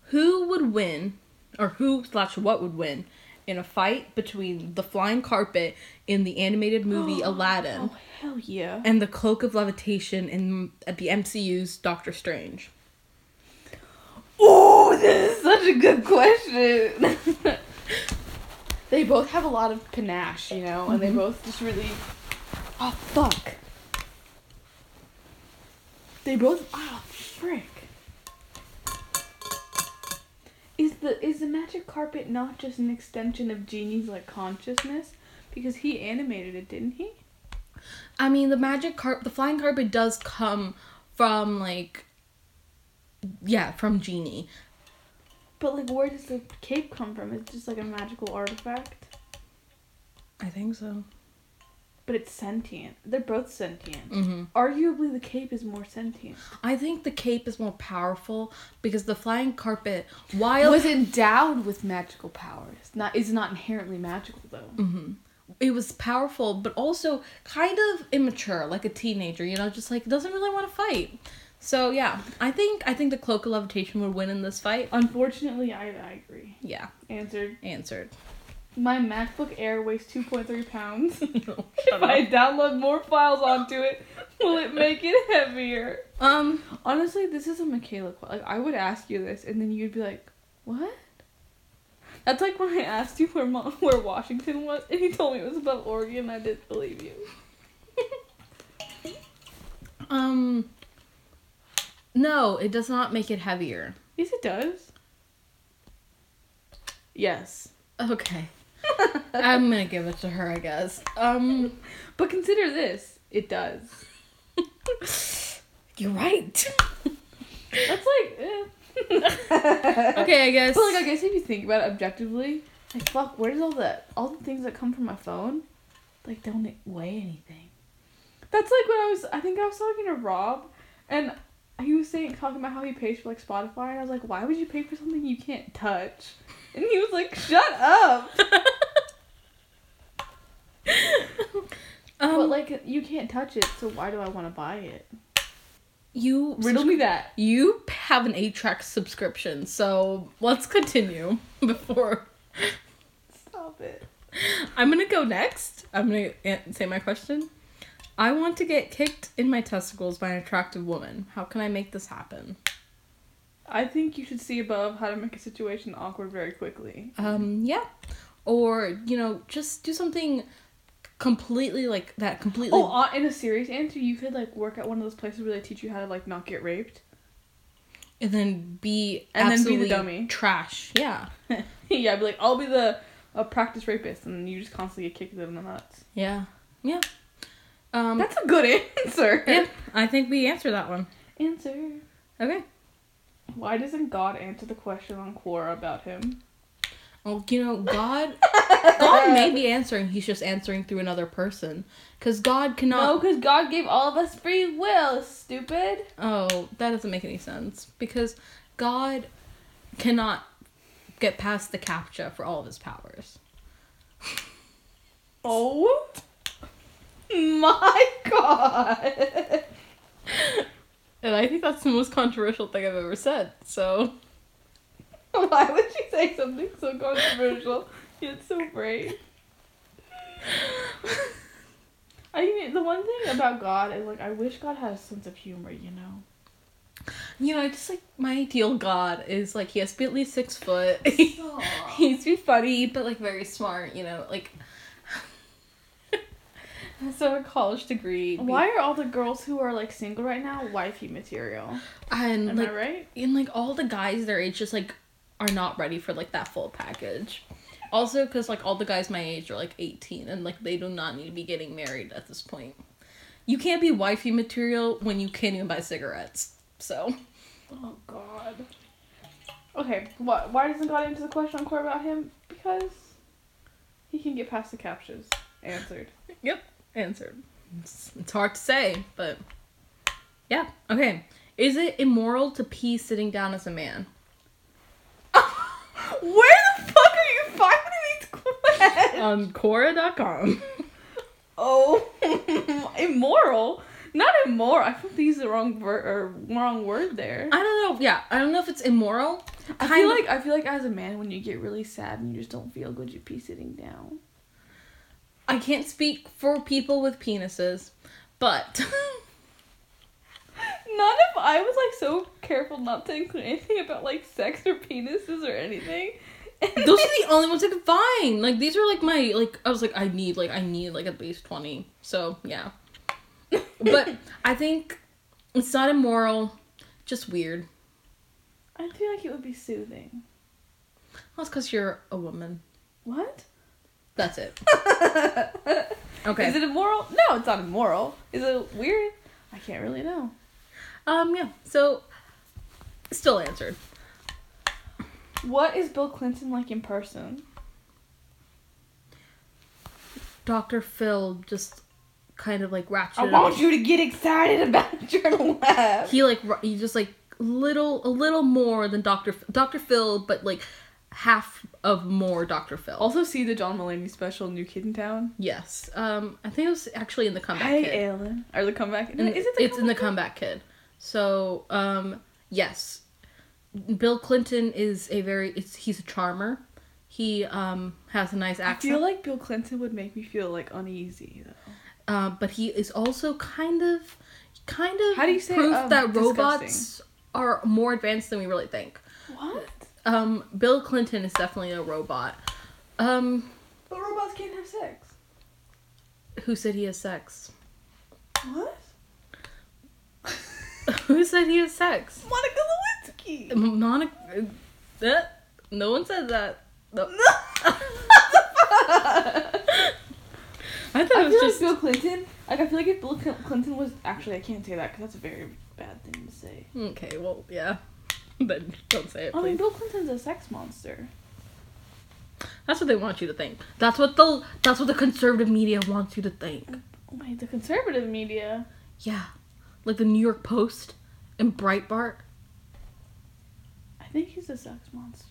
[SPEAKER 1] Who would win or who slash what would win in a fight between the flying carpet in the animated movie Aladdin
[SPEAKER 2] Oh hell yeah.
[SPEAKER 1] and the cloak of levitation in at the MCU's Doctor Strange?
[SPEAKER 2] Oh, this is such a good question. they both have a lot of panache, you know, and they both just really. Oh fuck. They both. Oh frick. Is the is the magic carpet not just an extension of Genie's like consciousness? Because he animated it, didn't he?
[SPEAKER 1] I mean, the magic carp, the flying carpet does come from like, yeah, from genie.
[SPEAKER 2] But like, where does the cape come from? It's just like a magical artifact.
[SPEAKER 1] I think so.
[SPEAKER 2] But it's sentient. They're both sentient.
[SPEAKER 1] hmm
[SPEAKER 2] Arguably, the cape is more sentient.
[SPEAKER 1] I think the cape is more powerful because the flying carpet, while
[SPEAKER 2] was endowed with magical powers. Not is not inherently magical though.
[SPEAKER 1] it was powerful, but also kind of immature, like a teenager. You know, just like doesn't really want to fight. So yeah, I think I think the cloak of levitation would win in this fight.
[SPEAKER 2] Unfortunately, I, I agree.
[SPEAKER 1] Yeah,
[SPEAKER 2] Answered.
[SPEAKER 1] answered.
[SPEAKER 2] My MacBook Air weighs two point three pounds. if
[SPEAKER 1] Shut up.
[SPEAKER 2] I download more files onto it, will it make it heavier?
[SPEAKER 1] Um,
[SPEAKER 2] Honestly, this is a Michaela. que- Like I would ask you this, and then you'd be like, "What?" That's like when I asked you where Mo- where Washington was, and you told me it was above Oregon. and I didn't believe you.
[SPEAKER 1] um. No, it does not make it heavier.
[SPEAKER 2] Yes, it does. Yes.
[SPEAKER 1] Okay. I'm gonna give it to her, I guess. Um,
[SPEAKER 2] But consider this. It does.
[SPEAKER 1] you're right.
[SPEAKER 2] That's like, eh.
[SPEAKER 1] okay, I guess.
[SPEAKER 2] But like, I guess if you think about it objectively, like, fuck, where does all the all the things that come from my phone, like, don't it weigh anything? That's like when I was. I think I was talking to Rob, and he was saying talking about how he pays for like Spotify, and I was like, why would you pay for something you can't touch? And he was like, shut up.
[SPEAKER 1] um,
[SPEAKER 2] but like, you can't touch it, so why do I want to buy it?
[SPEAKER 1] you
[SPEAKER 2] Riddle me that.
[SPEAKER 1] You have an eight-track subscription, so let's continue. Before
[SPEAKER 2] Stop it.
[SPEAKER 1] I'm gonna go next. I'm gonna an- say my question. I want to get kicked in my testicles by an attractive woman. How can I make this happen?
[SPEAKER 2] I think you should see above how to make a situation awkward very quickly.
[SPEAKER 1] Um, yeah, or you know, just do something completely like that. Completely.
[SPEAKER 2] Oh, on, in a serious answer, you could like work at one of those places where they teach you how to like not get raped.
[SPEAKER 1] and then be
[SPEAKER 2] And then be the
[SPEAKER 1] absolutely
[SPEAKER 2] dummy.
[SPEAKER 1] trash. Yeah,
[SPEAKER 2] yeah, I'd be like, I'll be the a practice rapist, and you just constantly get kicked in the nuts.
[SPEAKER 1] yeah, yeah. Um,
[SPEAKER 2] That's a good answer.
[SPEAKER 1] yeah. I think we answered that one.
[SPEAKER 2] Answer.
[SPEAKER 1] Okay.
[SPEAKER 2] Why doesn't God answer the question on Quora about him?
[SPEAKER 1] Well, you know, God, God may be answering. He's just answering through another person, because God
[SPEAKER 2] No,
[SPEAKER 1] cannot.
[SPEAKER 2] because God gave all of us free will. Stupid.
[SPEAKER 1] Oh, that doesn't make any sense. Because God cannot get past the captcha for all of his powers.
[SPEAKER 2] Oh my God.
[SPEAKER 1] And I think that's the most controversial thing I've ever said. So
[SPEAKER 2] Why would she say something so controversial? Yet so brave. I mean, the one thing about God is like, I wish God had a sense of humor. You know,
[SPEAKER 1] you know, I just like my ideal God is like he has to be at least six foot. he needs to be funny, but like very smart. You know, like has to have a college degree. be-
[SPEAKER 2] why are all the girls who are like single right now wifey material?
[SPEAKER 1] And
[SPEAKER 2] Am
[SPEAKER 1] like
[SPEAKER 2] I right?
[SPEAKER 1] and like all the guys their age just like are not ready for like that full package. Also, because like all the guys my age are like eighteen and like they do not need to be getting married at this point. You can't be wifey material when you can't even buy cigarettes. So
[SPEAKER 2] Oh God. Okay, what? Why doesn't God answer the question on Core about him? Because he can get past the captures. Answered.
[SPEAKER 1] Yep, answered. It's, it's hard to say, but yeah. Okay, is it immoral to pee sitting down as a man?
[SPEAKER 2] Where the fuck are you finding these questions?
[SPEAKER 1] On Quora.com.
[SPEAKER 2] Oh, immoral. Not immoral. I think they used the wrong ver- or wrong word there.
[SPEAKER 1] I don't know. Yeah, I don't know if it's immoral.
[SPEAKER 2] I
[SPEAKER 1] Kind
[SPEAKER 2] feel
[SPEAKER 1] of-
[SPEAKER 2] like I feel like as a man, when you get really sad and you just don't feel good, you pee sitting down.
[SPEAKER 1] I can't speak for people with penises, but
[SPEAKER 2] Not if I was like so careful not to include anything about like sex or penises or anything.
[SPEAKER 1] those are the only ones I could find. Like these were like my like I was like I need like I need like at least twenty. So yeah, but I think it's not immoral, just weird.
[SPEAKER 2] I feel like it would be soothing.
[SPEAKER 1] That's because you're a woman.
[SPEAKER 2] What?
[SPEAKER 1] That's it. Okay.
[SPEAKER 2] Is it immoral? No, it's not immoral. Is it weird? I can't really know.
[SPEAKER 1] um. Yeah. So, still answered.
[SPEAKER 2] What is Bill Clinton like in person?
[SPEAKER 1] Doctor Phil just kind of like
[SPEAKER 2] I
[SPEAKER 1] ratcheted.
[SPEAKER 2] want
[SPEAKER 1] up-
[SPEAKER 2] you to get excited about your laugh.
[SPEAKER 1] He like ra- he just like little a little more than Doctor Doctor Phil, but like half of more Doctor Phil.
[SPEAKER 2] Also, see the John Mulaney special, New Kid in Town.
[SPEAKER 1] yes. Um. I think it was actually in the comeback.
[SPEAKER 2] Hey,
[SPEAKER 1] kid.
[SPEAKER 2] Alan. Or the comeback.
[SPEAKER 1] In-
[SPEAKER 2] is it the
[SPEAKER 1] it's in the comeback kid. So, um, yes, Bill Clinton is a very it's, he's a charmer. He um has a nice
[SPEAKER 2] I feel
[SPEAKER 1] accent,
[SPEAKER 2] like Bill Clinton would make me feel like uneasy. Though.
[SPEAKER 1] uh, but he is also kind of kind of
[SPEAKER 2] How do you say,
[SPEAKER 1] proof
[SPEAKER 2] um,
[SPEAKER 1] that
[SPEAKER 2] disgusting?
[SPEAKER 1] robots are more advanced than we really think.
[SPEAKER 2] What?
[SPEAKER 1] Um, Bill Clinton is definitely a robot. Um,
[SPEAKER 2] But robots can't have sex.
[SPEAKER 1] who said he has sex?
[SPEAKER 2] What?
[SPEAKER 1] who said he has sex?
[SPEAKER 2] Monica Lewinsky.
[SPEAKER 1] Monica. Uh, no one said that. No. I thought
[SPEAKER 2] I
[SPEAKER 1] it
[SPEAKER 2] feel
[SPEAKER 1] was
[SPEAKER 2] like
[SPEAKER 1] just.
[SPEAKER 2] Bill Clinton. Like I feel like if Bill Cl- Clinton was actually, I can't say that because that's a very bad thing to say.
[SPEAKER 1] Okay, well, yeah. Then don't say it,
[SPEAKER 2] I mean,
[SPEAKER 1] please.
[SPEAKER 2] Bill Clinton's a sex monster.
[SPEAKER 1] That's what they want you to think. That's what the that's what the conservative media wants you to think.
[SPEAKER 2] Wait, the conservative media.
[SPEAKER 1] Yeah, like the New York Post and Breitbart.
[SPEAKER 2] I think he's a sex monster.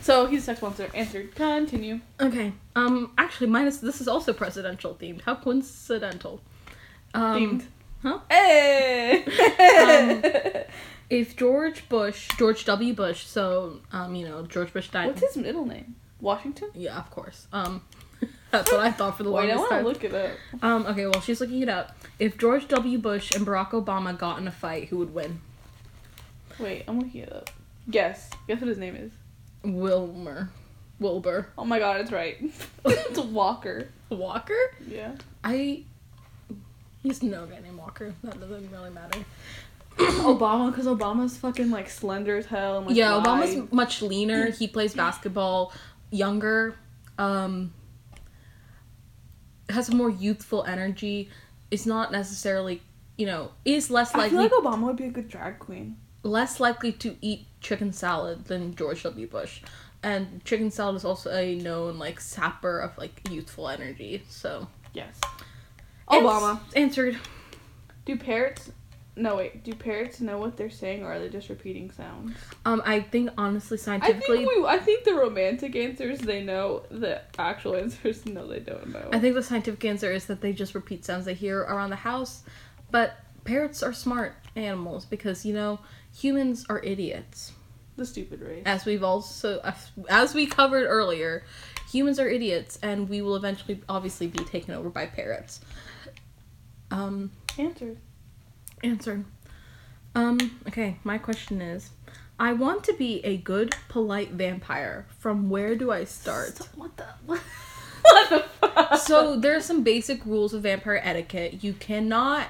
[SPEAKER 2] So he's a sex monster. Answered. Continue.
[SPEAKER 1] Okay. Um. Actually, minus this is also presidential themed. How coincidental. Um,
[SPEAKER 2] Themed. Um,
[SPEAKER 1] Huh?
[SPEAKER 2] Hey.
[SPEAKER 1] If George Bush, George W. Bush, so um, you know George Bush died.
[SPEAKER 2] What's his middle name? Washington.
[SPEAKER 1] Yeah, of course. Um, that's what I thought for the
[SPEAKER 2] Wait, I
[SPEAKER 1] longest
[SPEAKER 2] want to
[SPEAKER 1] time.
[SPEAKER 2] look it up.
[SPEAKER 1] um, okay, well, she's looking it up. If George W. Bush and Barack Obama got in a fight, who would win?
[SPEAKER 2] Wait, I'm looking it up. Guess. Guess what his name is.
[SPEAKER 1] Wilmer, Wilbur
[SPEAKER 2] Oh my god, it's right. it's Walker.
[SPEAKER 1] Walker.
[SPEAKER 2] Yeah.
[SPEAKER 1] I just no guy named Walker. That doesn't really matter. Obama,
[SPEAKER 2] Because Obama's fucking like slender as hell. And, like,
[SPEAKER 1] yeah,
[SPEAKER 2] wide.
[SPEAKER 1] Obama's much leaner. He plays basketball, younger, um, has a more youthful energy. Is not necessarily, you know, is less
[SPEAKER 2] I
[SPEAKER 1] likely
[SPEAKER 2] feel like Obama would be a good drag queen.
[SPEAKER 1] less likely to eat chicken salad than George W. Bush. And chicken salad is also a known like sapper of like youthful energy. So
[SPEAKER 2] Yes.
[SPEAKER 1] Ans-
[SPEAKER 2] Obama.
[SPEAKER 1] answered.
[SPEAKER 2] Do parrots No, wait. Do parrots know what they're saying, or are they just repeating sounds?
[SPEAKER 1] Um, I think honestly,
[SPEAKER 2] I think
[SPEAKER 1] scientifically, I think,
[SPEAKER 2] we, I think the romantic answers they know. The actual answers, no, they don't know.
[SPEAKER 1] the scientific answer is that they just repeat sounds they hear around the house. But parrots are smart animals because you know humans are idiots,
[SPEAKER 2] the stupid race.
[SPEAKER 1] as we've also as we covered earlier. Humans are idiots, and we will eventually, obviously, be taken over by parrots. Um,
[SPEAKER 2] Answers.
[SPEAKER 1] Answer. Um, okay, my question is I want to be a good, polite vampire. From where do I start?
[SPEAKER 2] So- What the? What, what the fuck?
[SPEAKER 1] so, there are some basic rules of vampire etiquette. You cannot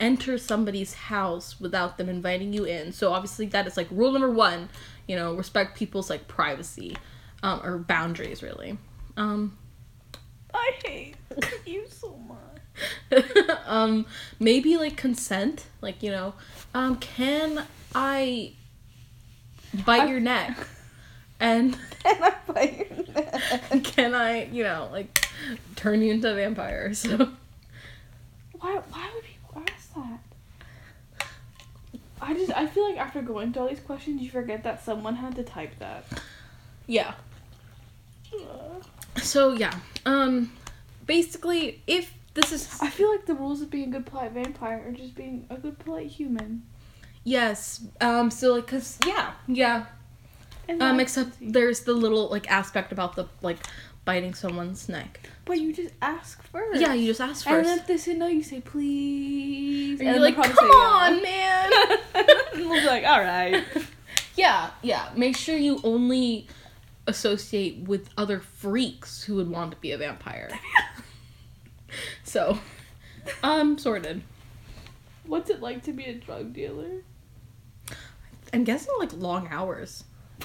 [SPEAKER 1] enter somebody's house without them inviting you in. So, obviously, that is like rule number one you know, respect people's like privacy um, or boundaries, really. Um,
[SPEAKER 2] I hate you so much.
[SPEAKER 1] um maybe like consent like you know um can i bite your neck and
[SPEAKER 2] And I bite your neck.
[SPEAKER 1] can i you know like turn you into a vampire so
[SPEAKER 2] Why? Why would people ask that? I just I feel like after going through all these questions, you forget that someone had to type that.
[SPEAKER 1] yeah
[SPEAKER 2] Ugh.
[SPEAKER 1] so yeah um basically if this is
[SPEAKER 2] I feel like the rules of being a good polite vampire are just being a good polite human.
[SPEAKER 1] yes um so like because yeah yeah
[SPEAKER 2] And
[SPEAKER 1] um
[SPEAKER 2] that's
[SPEAKER 1] except
[SPEAKER 2] easy.
[SPEAKER 1] there's the little like aspect about the like biting someone's neck
[SPEAKER 2] but you just ask first.
[SPEAKER 1] yeah you just ask
[SPEAKER 2] And
[SPEAKER 1] first
[SPEAKER 2] then if they say no, you say please.
[SPEAKER 1] and
[SPEAKER 2] and
[SPEAKER 1] you're like
[SPEAKER 2] they'll probably
[SPEAKER 1] come
[SPEAKER 2] say
[SPEAKER 1] on man
[SPEAKER 2] yeah. and we'll be like, all right.
[SPEAKER 1] yeah, yeah. Make sure you only associate with other freaks who would want to be a vampire. so, um, sorted.
[SPEAKER 2] What's it like to be a drug dealer?
[SPEAKER 1] I'm guessing like long hours.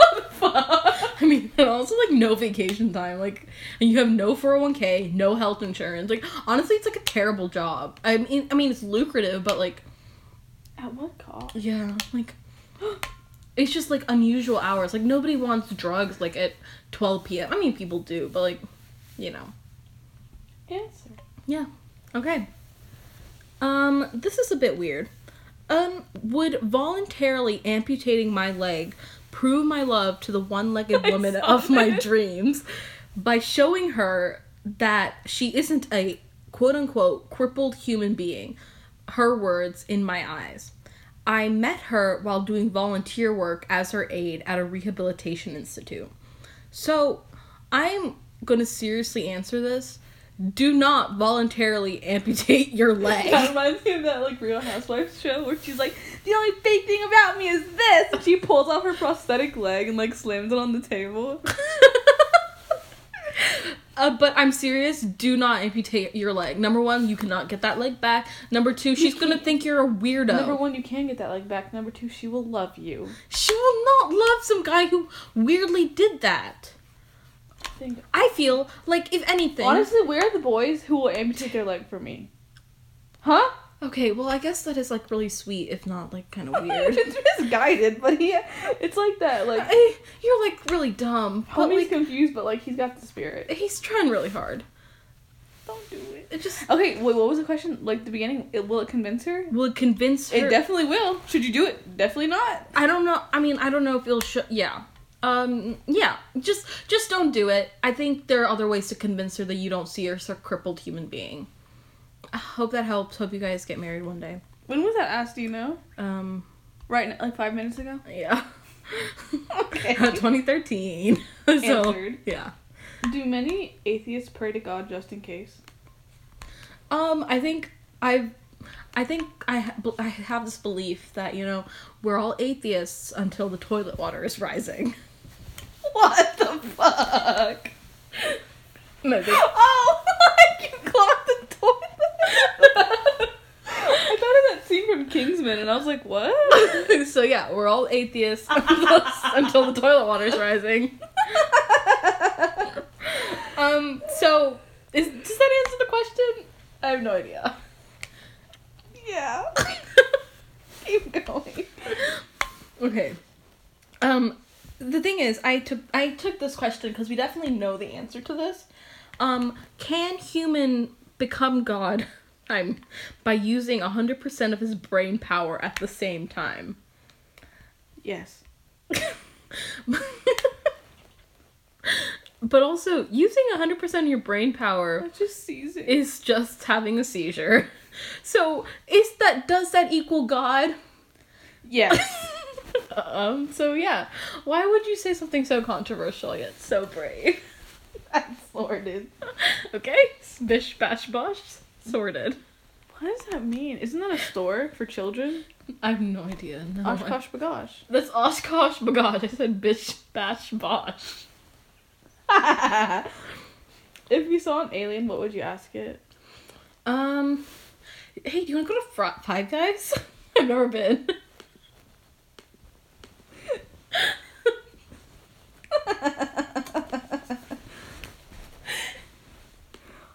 [SPEAKER 2] What the fuck?
[SPEAKER 1] I mean, and also like no vacation time. Like, and you have no 401k, no health insurance. Like, honestly, it's like a terrible job. I mean, I mean, it's lucrative, but like,
[SPEAKER 2] At what cost?
[SPEAKER 1] yeah, like. It's just like unusual hours. Like nobody wants drugs like at 12 p.m. I mean, people do, but like, you know.
[SPEAKER 2] Answer.
[SPEAKER 1] Yeah. Okay. Um, this is a bit weird. Um, would voluntarily amputating my leg prove my love to the one-legged
[SPEAKER 2] I
[SPEAKER 1] woman
[SPEAKER 2] saw
[SPEAKER 1] of my
[SPEAKER 2] this.
[SPEAKER 1] dreams by showing her that she isn't a quote-unquote crippled human being? Her words in my eyes. I met her while doing volunteer work as her aide at a rehabilitation institute. So, I'm gonna seriously answer this. Do not voluntarily amputate your
[SPEAKER 2] That
[SPEAKER 1] leg.
[SPEAKER 2] reminds me of that like Real Housewives show where she's like, the only fake thing about me is this. And she pulls off her prosthetic leg and like slams it on the table.
[SPEAKER 1] uh, but I'm serious. Do not amputate your leg. Number one, you cannot get that leg back. Number two, she's gonna think you're a weirdo.
[SPEAKER 2] Number one, you can get that leg back. Number two, she will love you.
[SPEAKER 1] She will not love some guy who weirdly did that.
[SPEAKER 2] Think.
[SPEAKER 1] I feel like if anything,
[SPEAKER 2] Honestly, where are the boys who will amputate their leg for me? Huh?
[SPEAKER 1] okay. Well, I guess that is like really sweet, if not like kind of weird.
[SPEAKER 2] it's misguided, but he. It's like that. Like
[SPEAKER 1] I- you're like really dumb, but
[SPEAKER 2] homie's
[SPEAKER 1] like
[SPEAKER 2] confused, but like he's got the spirit.
[SPEAKER 1] he's trying really hard.
[SPEAKER 2] Don't do it.
[SPEAKER 1] It just
[SPEAKER 2] Okay, wait. What was the question? Like the beginning, it, will it convince her?
[SPEAKER 1] will convince her.
[SPEAKER 2] It definitely will. Should you do it? Definitely not.
[SPEAKER 1] I don't know. I mean, I don't know if it'll. Sh- yeah. Um. Yeah. Just. Just don't do it. I think there are other ways to convince her that you don't see her as a crippled human being. I hope that helps. Hope you guys get married one day.
[SPEAKER 2] When was that asked? Do you know?
[SPEAKER 1] Um.
[SPEAKER 2] Right, now, like five minutes ago.
[SPEAKER 1] Yeah.
[SPEAKER 2] Okay.
[SPEAKER 1] 2013. so.
[SPEAKER 2] Answered.
[SPEAKER 1] Yeah.
[SPEAKER 2] Do many atheists pray to God just in case?
[SPEAKER 1] Um. I think I've. I think I ha- bel- I have this belief that you know we're all atheists until the toilet water is rising.
[SPEAKER 2] What the fuck?
[SPEAKER 1] No, they-
[SPEAKER 2] Oh, you clogged the toilet. I thought of that scene from Kingsman, and I was like, what?
[SPEAKER 1] so yeah, we're all atheists until, until the toilet water's rising. Um, so is does that answer the question?
[SPEAKER 2] I have no idea. Yeah. Keep going.
[SPEAKER 1] okay. Um, the thing is, I took I took this question because we definitely know the answer to this. Um, can human become God time by using 100% of his brain power at the same time.
[SPEAKER 2] Yes.
[SPEAKER 1] But also, using 100% of your brain power
[SPEAKER 2] That's just season.
[SPEAKER 1] is just having a seizure. So, is that does that equal God?
[SPEAKER 2] yes.
[SPEAKER 1] um, so yeah. Why would you say something so controversial yet so brave?
[SPEAKER 2] That's sorted.
[SPEAKER 1] okay? Bish bash bosh. Sorted.
[SPEAKER 2] What does that mean? Isn't that a store for children? Oh
[SPEAKER 1] I have no idea. No. I-
[SPEAKER 2] Oshkosh bagosh.
[SPEAKER 1] That's Oshkosh Bagosh. I said bish bash bosh.
[SPEAKER 2] if you saw an alien, what would you ask it?
[SPEAKER 1] Um Hey, do you wanna go to Fr- Five Guys? I've never been.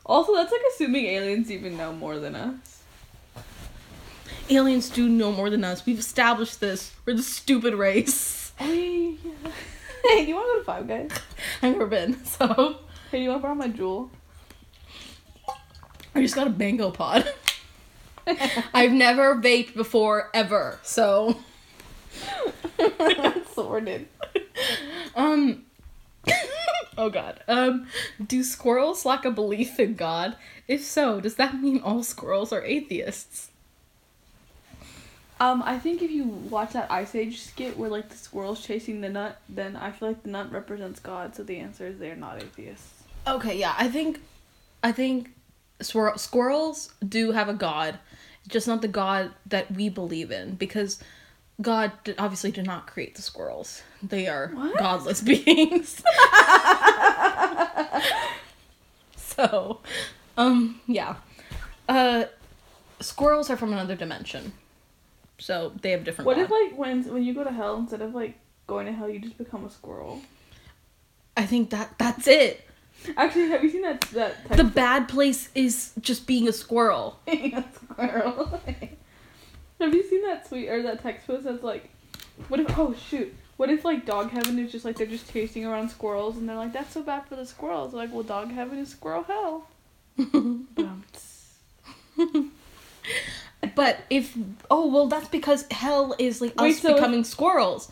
[SPEAKER 2] Also, that's like assuming aliens even know more than us.
[SPEAKER 1] Aliens do know more than us. We've established this. We're the stupid race.
[SPEAKER 2] Hey, yeah. hey, do you want to go to Five Guys?
[SPEAKER 1] I've never been, so
[SPEAKER 2] Hey, do you want to borrow my jewel?
[SPEAKER 1] I just got a mango pod. I've never vaped before, ever. So,
[SPEAKER 2] That's sorted.
[SPEAKER 1] um, oh god. Um, do squirrels lack a belief in God? If so, does that mean all squirrels are atheists?
[SPEAKER 2] Um, I think if you watch that Ice Age skit where like the squirrel's chasing the nut, then I feel like the nut represents God, so the answer is they're not atheists.
[SPEAKER 1] Okay, yeah, I think, I think, swir- squirrels do have a god, just not the god that we believe in because God d- obviously did not create the squirrels. They are
[SPEAKER 2] What?
[SPEAKER 1] godless beings. so, um, yeah, uh, squirrels are from another dimension, so they have different.
[SPEAKER 2] What
[SPEAKER 1] god.
[SPEAKER 2] if like when when you go to hell instead of like going to hell, you just become a squirrel?
[SPEAKER 1] I think that that's it.
[SPEAKER 2] Actually, have you seen that that
[SPEAKER 1] The
[SPEAKER 2] text
[SPEAKER 1] bad place is just being a squirrel.
[SPEAKER 2] being a squirrel? have you seen that sweet or that text post that's like, what if oh shoot, what if like dog heaven is just like they're just chasing around squirrels and they're like that's so bad for the squirrels. They're like well, dog heaven is squirrel hell. Um,
[SPEAKER 1] But if oh well, that's because hell is like
[SPEAKER 2] Wait,
[SPEAKER 1] us
[SPEAKER 2] so if-
[SPEAKER 1] becoming squirrels.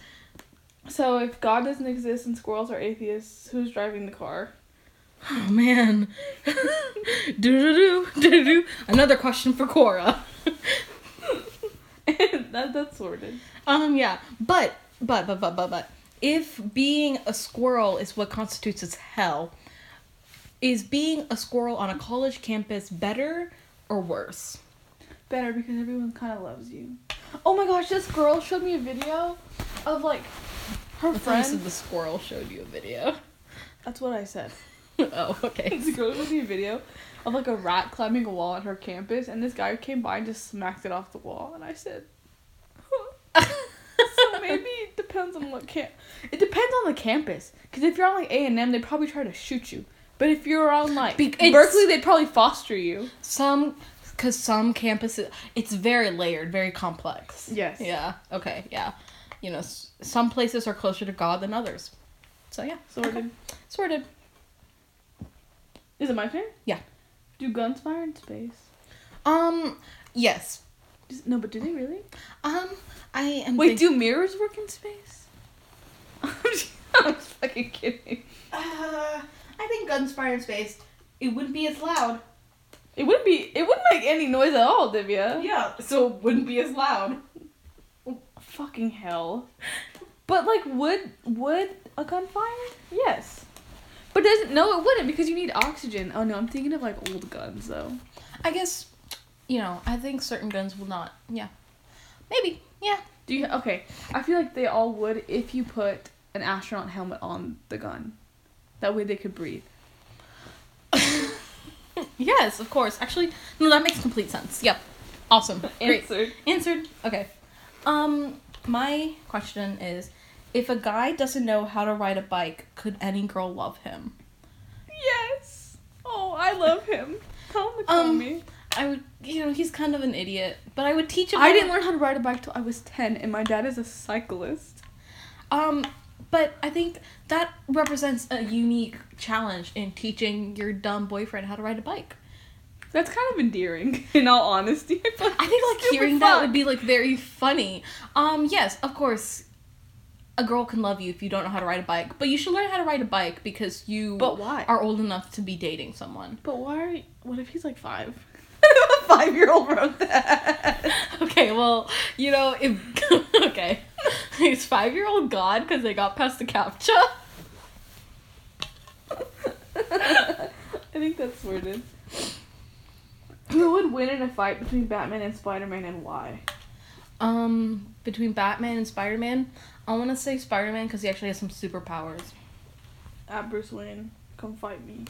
[SPEAKER 2] So if God doesn't exist and squirrels are atheists, who's driving the car?
[SPEAKER 1] Oh man, do do do do do. Another question for Cora.
[SPEAKER 2] that that's sorted.
[SPEAKER 1] Um yeah, but but but but but but if being a squirrel is what constitutes as hell, is being a squirrel on a college campus better or worse?
[SPEAKER 2] Better because everyone kind of loves you. Oh my gosh, this girl showed me a video of like her
[SPEAKER 1] The friends of
[SPEAKER 2] friend.
[SPEAKER 1] the squirrel showed you a video.
[SPEAKER 2] That's what I said.
[SPEAKER 1] oh okay.
[SPEAKER 2] This girl showed me a video of like a rat climbing a wall at her campus, and this guy came by and just smacked it off the wall. And I said, huh. so maybe it depends on what camp. It depends on the campus. Because if you're on like A and M, they probably try to shoot you. But if you're on like
[SPEAKER 1] Bec- it's-
[SPEAKER 2] Berkeley, they probably foster you.
[SPEAKER 1] Some, because some campuses, it's very layered, very complex.
[SPEAKER 2] Yes.
[SPEAKER 1] Yeah. Okay. Yeah. You know, s- some places are closer to God than others. So yeah,
[SPEAKER 2] Sorted.
[SPEAKER 1] Okay. sorted.
[SPEAKER 2] Is it my turn?
[SPEAKER 1] Yeah.
[SPEAKER 2] Do guns fire in space?
[SPEAKER 1] Um. Yes.
[SPEAKER 2] Is- No, but do they really?
[SPEAKER 1] Um. I am.
[SPEAKER 2] Wait,
[SPEAKER 1] think-
[SPEAKER 2] do mirrors work in space? I'm just I'm just fucking kidding.
[SPEAKER 1] Uh, I think guns fire in space. It wouldn't be as loud.
[SPEAKER 2] It wouldn't be. It wouldn't make any noise at all, Divya.
[SPEAKER 1] Yeah. So it wouldn't be as loud.
[SPEAKER 2] Fucking hell. But like, would would a gun fire? Yes. But doesn't no, it wouldn't because you need oxygen. Oh no, I'm thinking of like old guns though.
[SPEAKER 1] I guess. You know, I think certain guns will not. Yeah. Maybe. Yeah.
[SPEAKER 2] Do you okay? I feel like they all would if you put an astronaut helmet on the gun. That way they could breathe.
[SPEAKER 1] Yes, of course. Actually, no, that makes complete sense. Yep. Awesome. Great.
[SPEAKER 2] Answered.
[SPEAKER 1] Answered. Okay. Um, my question is, if a guy doesn't know how to ride a bike, could any girl love him?
[SPEAKER 2] Yes. Oh, I love him. Tell him to call
[SPEAKER 1] Um,
[SPEAKER 2] me.
[SPEAKER 1] I would, you know, he's kind of an idiot, but I would teach him. how
[SPEAKER 2] I
[SPEAKER 1] to-
[SPEAKER 2] didn't learn how to ride a bike till I was ten, and my dad is a cyclist.
[SPEAKER 1] Um, but I think that represents a unique challenge in teaching your dumb boyfriend how to ride a bike.
[SPEAKER 2] That's kind of endearing, in all honesty. I feel
[SPEAKER 1] I think like
[SPEAKER 2] Super
[SPEAKER 1] hearing that
[SPEAKER 2] fun.
[SPEAKER 1] would be like very funny. Um, yes, of course, a girl can love you if you don't know how to ride a bike, but you should learn how to ride a bike because you
[SPEAKER 2] But why?
[SPEAKER 1] are old enough to be dating someone.
[SPEAKER 2] But why? Are you, what if he's like five? a five-year-old wrote that.
[SPEAKER 1] Okay, well, you know, if okay, he's five year old God because they got past the captcha.
[SPEAKER 2] I think that's worded. Who would win in a fight between Batman and Spider-Man, and why?
[SPEAKER 1] Um, between Batman and Spider Man, I want to say Spider Man because he actually has some superpowers.
[SPEAKER 2] At Uh, Bruce Wayne, come fight me.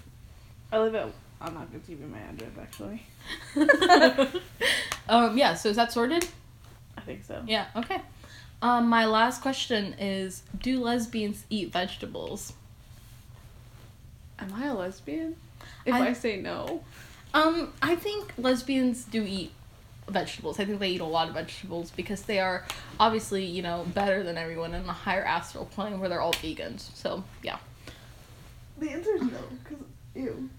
[SPEAKER 2] I live at. I'm not gonna give you my address actually.
[SPEAKER 1] um, yeah. So is that sorted?
[SPEAKER 2] I think so.
[SPEAKER 1] Yeah, okay. Um, my last question is Do lesbians eat vegetables?
[SPEAKER 2] Am I a lesbian? If
[SPEAKER 1] I-
[SPEAKER 2] I, say no,
[SPEAKER 1] Um, I think lesbians do eat vegetables. I think they eat a lot of vegetables because they are obviously, you know, better than everyone in a higher astral plane where they're all vegans. So, yeah.
[SPEAKER 2] the answer is no. Cause ew.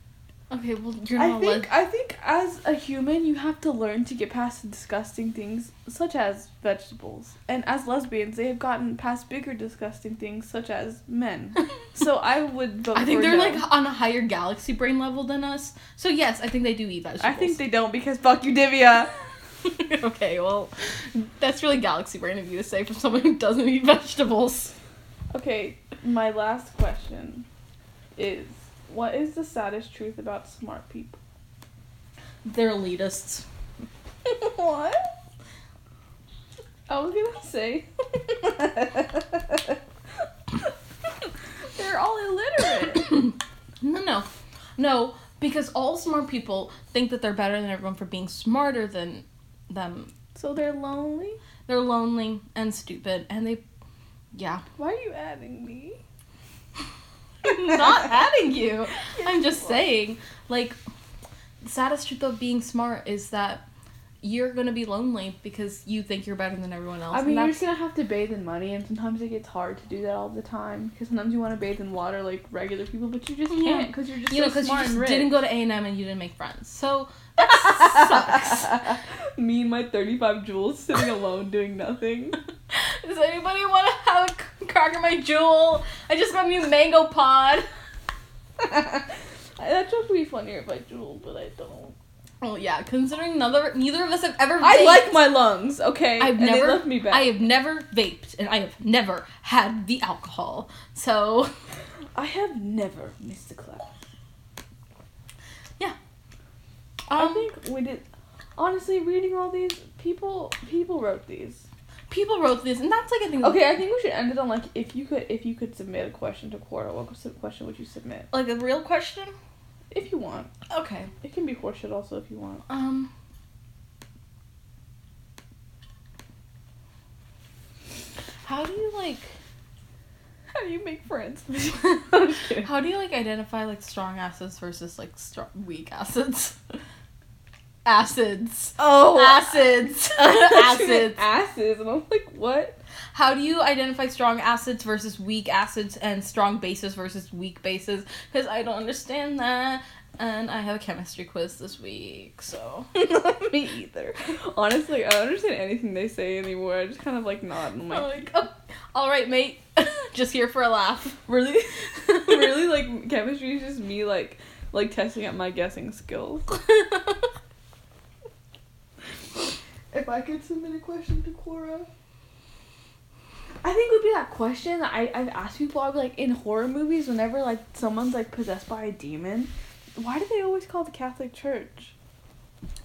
[SPEAKER 1] Okay, well, you're
[SPEAKER 2] I
[SPEAKER 1] not a
[SPEAKER 2] think I think as a human you have to learn to get past the disgusting things such as vegetables. And as lesbians they have gotten past bigger disgusting things such as men.
[SPEAKER 1] lesbian.
[SPEAKER 2] So I would vote
[SPEAKER 1] I think
[SPEAKER 2] for
[SPEAKER 1] they're
[SPEAKER 2] no.
[SPEAKER 1] like on a higher galaxy brain level than us. So, yes, I think they do eat vegetables.
[SPEAKER 2] I think they don't because fuck you Divya.
[SPEAKER 1] okay, well, that's really galaxy brain of you to say from someone who doesn't eat vegetables.
[SPEAKER 2] Okay, my last question is what is the saddest truth about smart people?
[SPEAKER 1] They're elitists.
[SPEAKER 2] what? I was gonna say they're all illiterate.
[SPEAKER 1] No, no, no. Because all smart people think that they're better than everyone for being smarter than them.
[SPEAKER 2] So they're lonely?
[SPEAKER 1] They're lonely and stupid, and they, yeah.
[SPEAKER 2] Why are you adding me?
[SPEAKER 1] I'm not adding you. I'm just saying, like, the saddest truth of being smart is that you're gonna be lonely because you think you're better than everyone else.
[SPEAKER 2] I
[SPEAKER 1] and
[SPEAKER 2] mean, you're
[SPEAKER 1] that's-
[SPEAKER 2] just gonna have to bathe in money, and sometimes it gets hard to do that all the time. Because sometimes you want to bathe in water like regular people, but you just
[SPEAKER 1] Yeah.
[SPEAKER 2] can't because you're just
[SPEAKER 1] you know,
[SPEAKER 2] so
[SPEAKER 1] because you
[SPEAKER 2] smart
[SPEAKER 1] just
[SPEAKER 2] and rich.
[SPEAKER 1] didn't go to A and M and you didn't make friends. So that sucks.
[SPEAKER 2] me and my 35 joules sitting alone doing nothing.
[SPEAKER 1] Does anybody want to have a c- crack in my jewel? I just got a new mango pod.
[SPEAKER 2] that joke would be funnier if I jeweled, but I don't.
[SPEAKER 1] Well, Oh, yeah. Considering neither neither of us have ever.
[SPEAKER 2] I
[SPEAKER 1] vaped-
[SPEAKER 2] like my lungs, okay?
[SPEAKER 1] I've
[SPEAKER 2] and
[SPEAKER 1] never.
[SPEAKER 2] They left me back.
[SPEAKER 1] I have never vaped, and I have never had the alcohol. So,
[SPEAKER 2] I have never missed a class. I
[SPEAKER 1] um,
[SPEAKER 2] think we did. Honestly, reading all these people, people wrote these.
[SPEAKER 1] people wrote this, and that's like I think.
[SPEAKER 2] Okay, I think we should end it on like if you could if you could submit a question to Quora, what sub- question would you submit?
[SPEAKER 1] Like a real question.
[SPEAKER 2] If you want,
[SPEAKER 1] Okay.
[SPEAKER 2] it can be horseshit also if you want.
[SPEAKER 1] Um. How do you like?
[SPEAKER 2] How do you make friends? I'm just kidding.
[SPEAKER 1] How do you like identify like strong acids versus like strong weak acids? acids.
[SPEAKER 2] Oh,
[SPEAKER 1] Acids.
[SPEAKER 2] acids,
[SPEAKER 1] acids.
[SPEAKER 2] acids, and I'm like, what?
[SPEAKER 1] How do you identify strong acids versus weak acids and strong bases versus weak bases? Because I don't understand that. And I have a chemistry quiz this week, so.
[SPEAKER 2] me either. Honestly, I don't understand anything they say anymore. I just kind of like nod and I'm
[SPEAKER 1] I'm
[SPEAKER 2] like,
[SPEAKER 1] like, oh, all right, mate. Just here for a laugh.
[SPEAKER 2] really, really like chemistry is just me like like testing out my guessing skills. If I could submit a question to Quora. I think it would be that question that I, I've asked people. I'll be like, in horror movies, whenever like someone's like possessed by a demon, why do they always call the Catholic Church?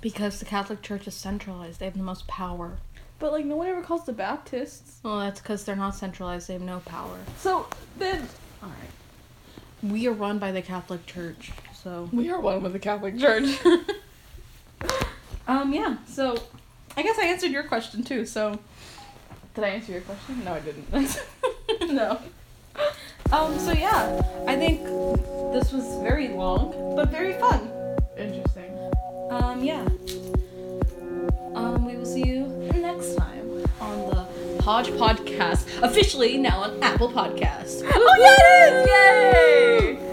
[SPEAKER 1] because the Catholic Church is centralized, they have the most power.
[SPEAKER 2] But like no one ever calls the Baptists.
[SPEAKER 1] Well, that's because they're not centralized, they have no power.
[SPEAKER 2] So then, all right,
[SPEAKER 1] We are run by the Catholic Church, so.
[SPEAKER 2] we are one with the Catholic Church.
[SPEAKER 1] um, yeah, so I guess I answered your question too, so.
[SPEAKER 2] Did I answer your question? No, I didn't.
[SPEAKER 1] no. Um, so yeah, I think this was very long, but very fun.
[SPEAKER 2] Interesting.
[SPEAKER 1] Um, yeah. Um, we will see you next time on the Podge Podcast, officially now on Apple Podcasts.
[SPEAKER 2] Oh yes! Yay!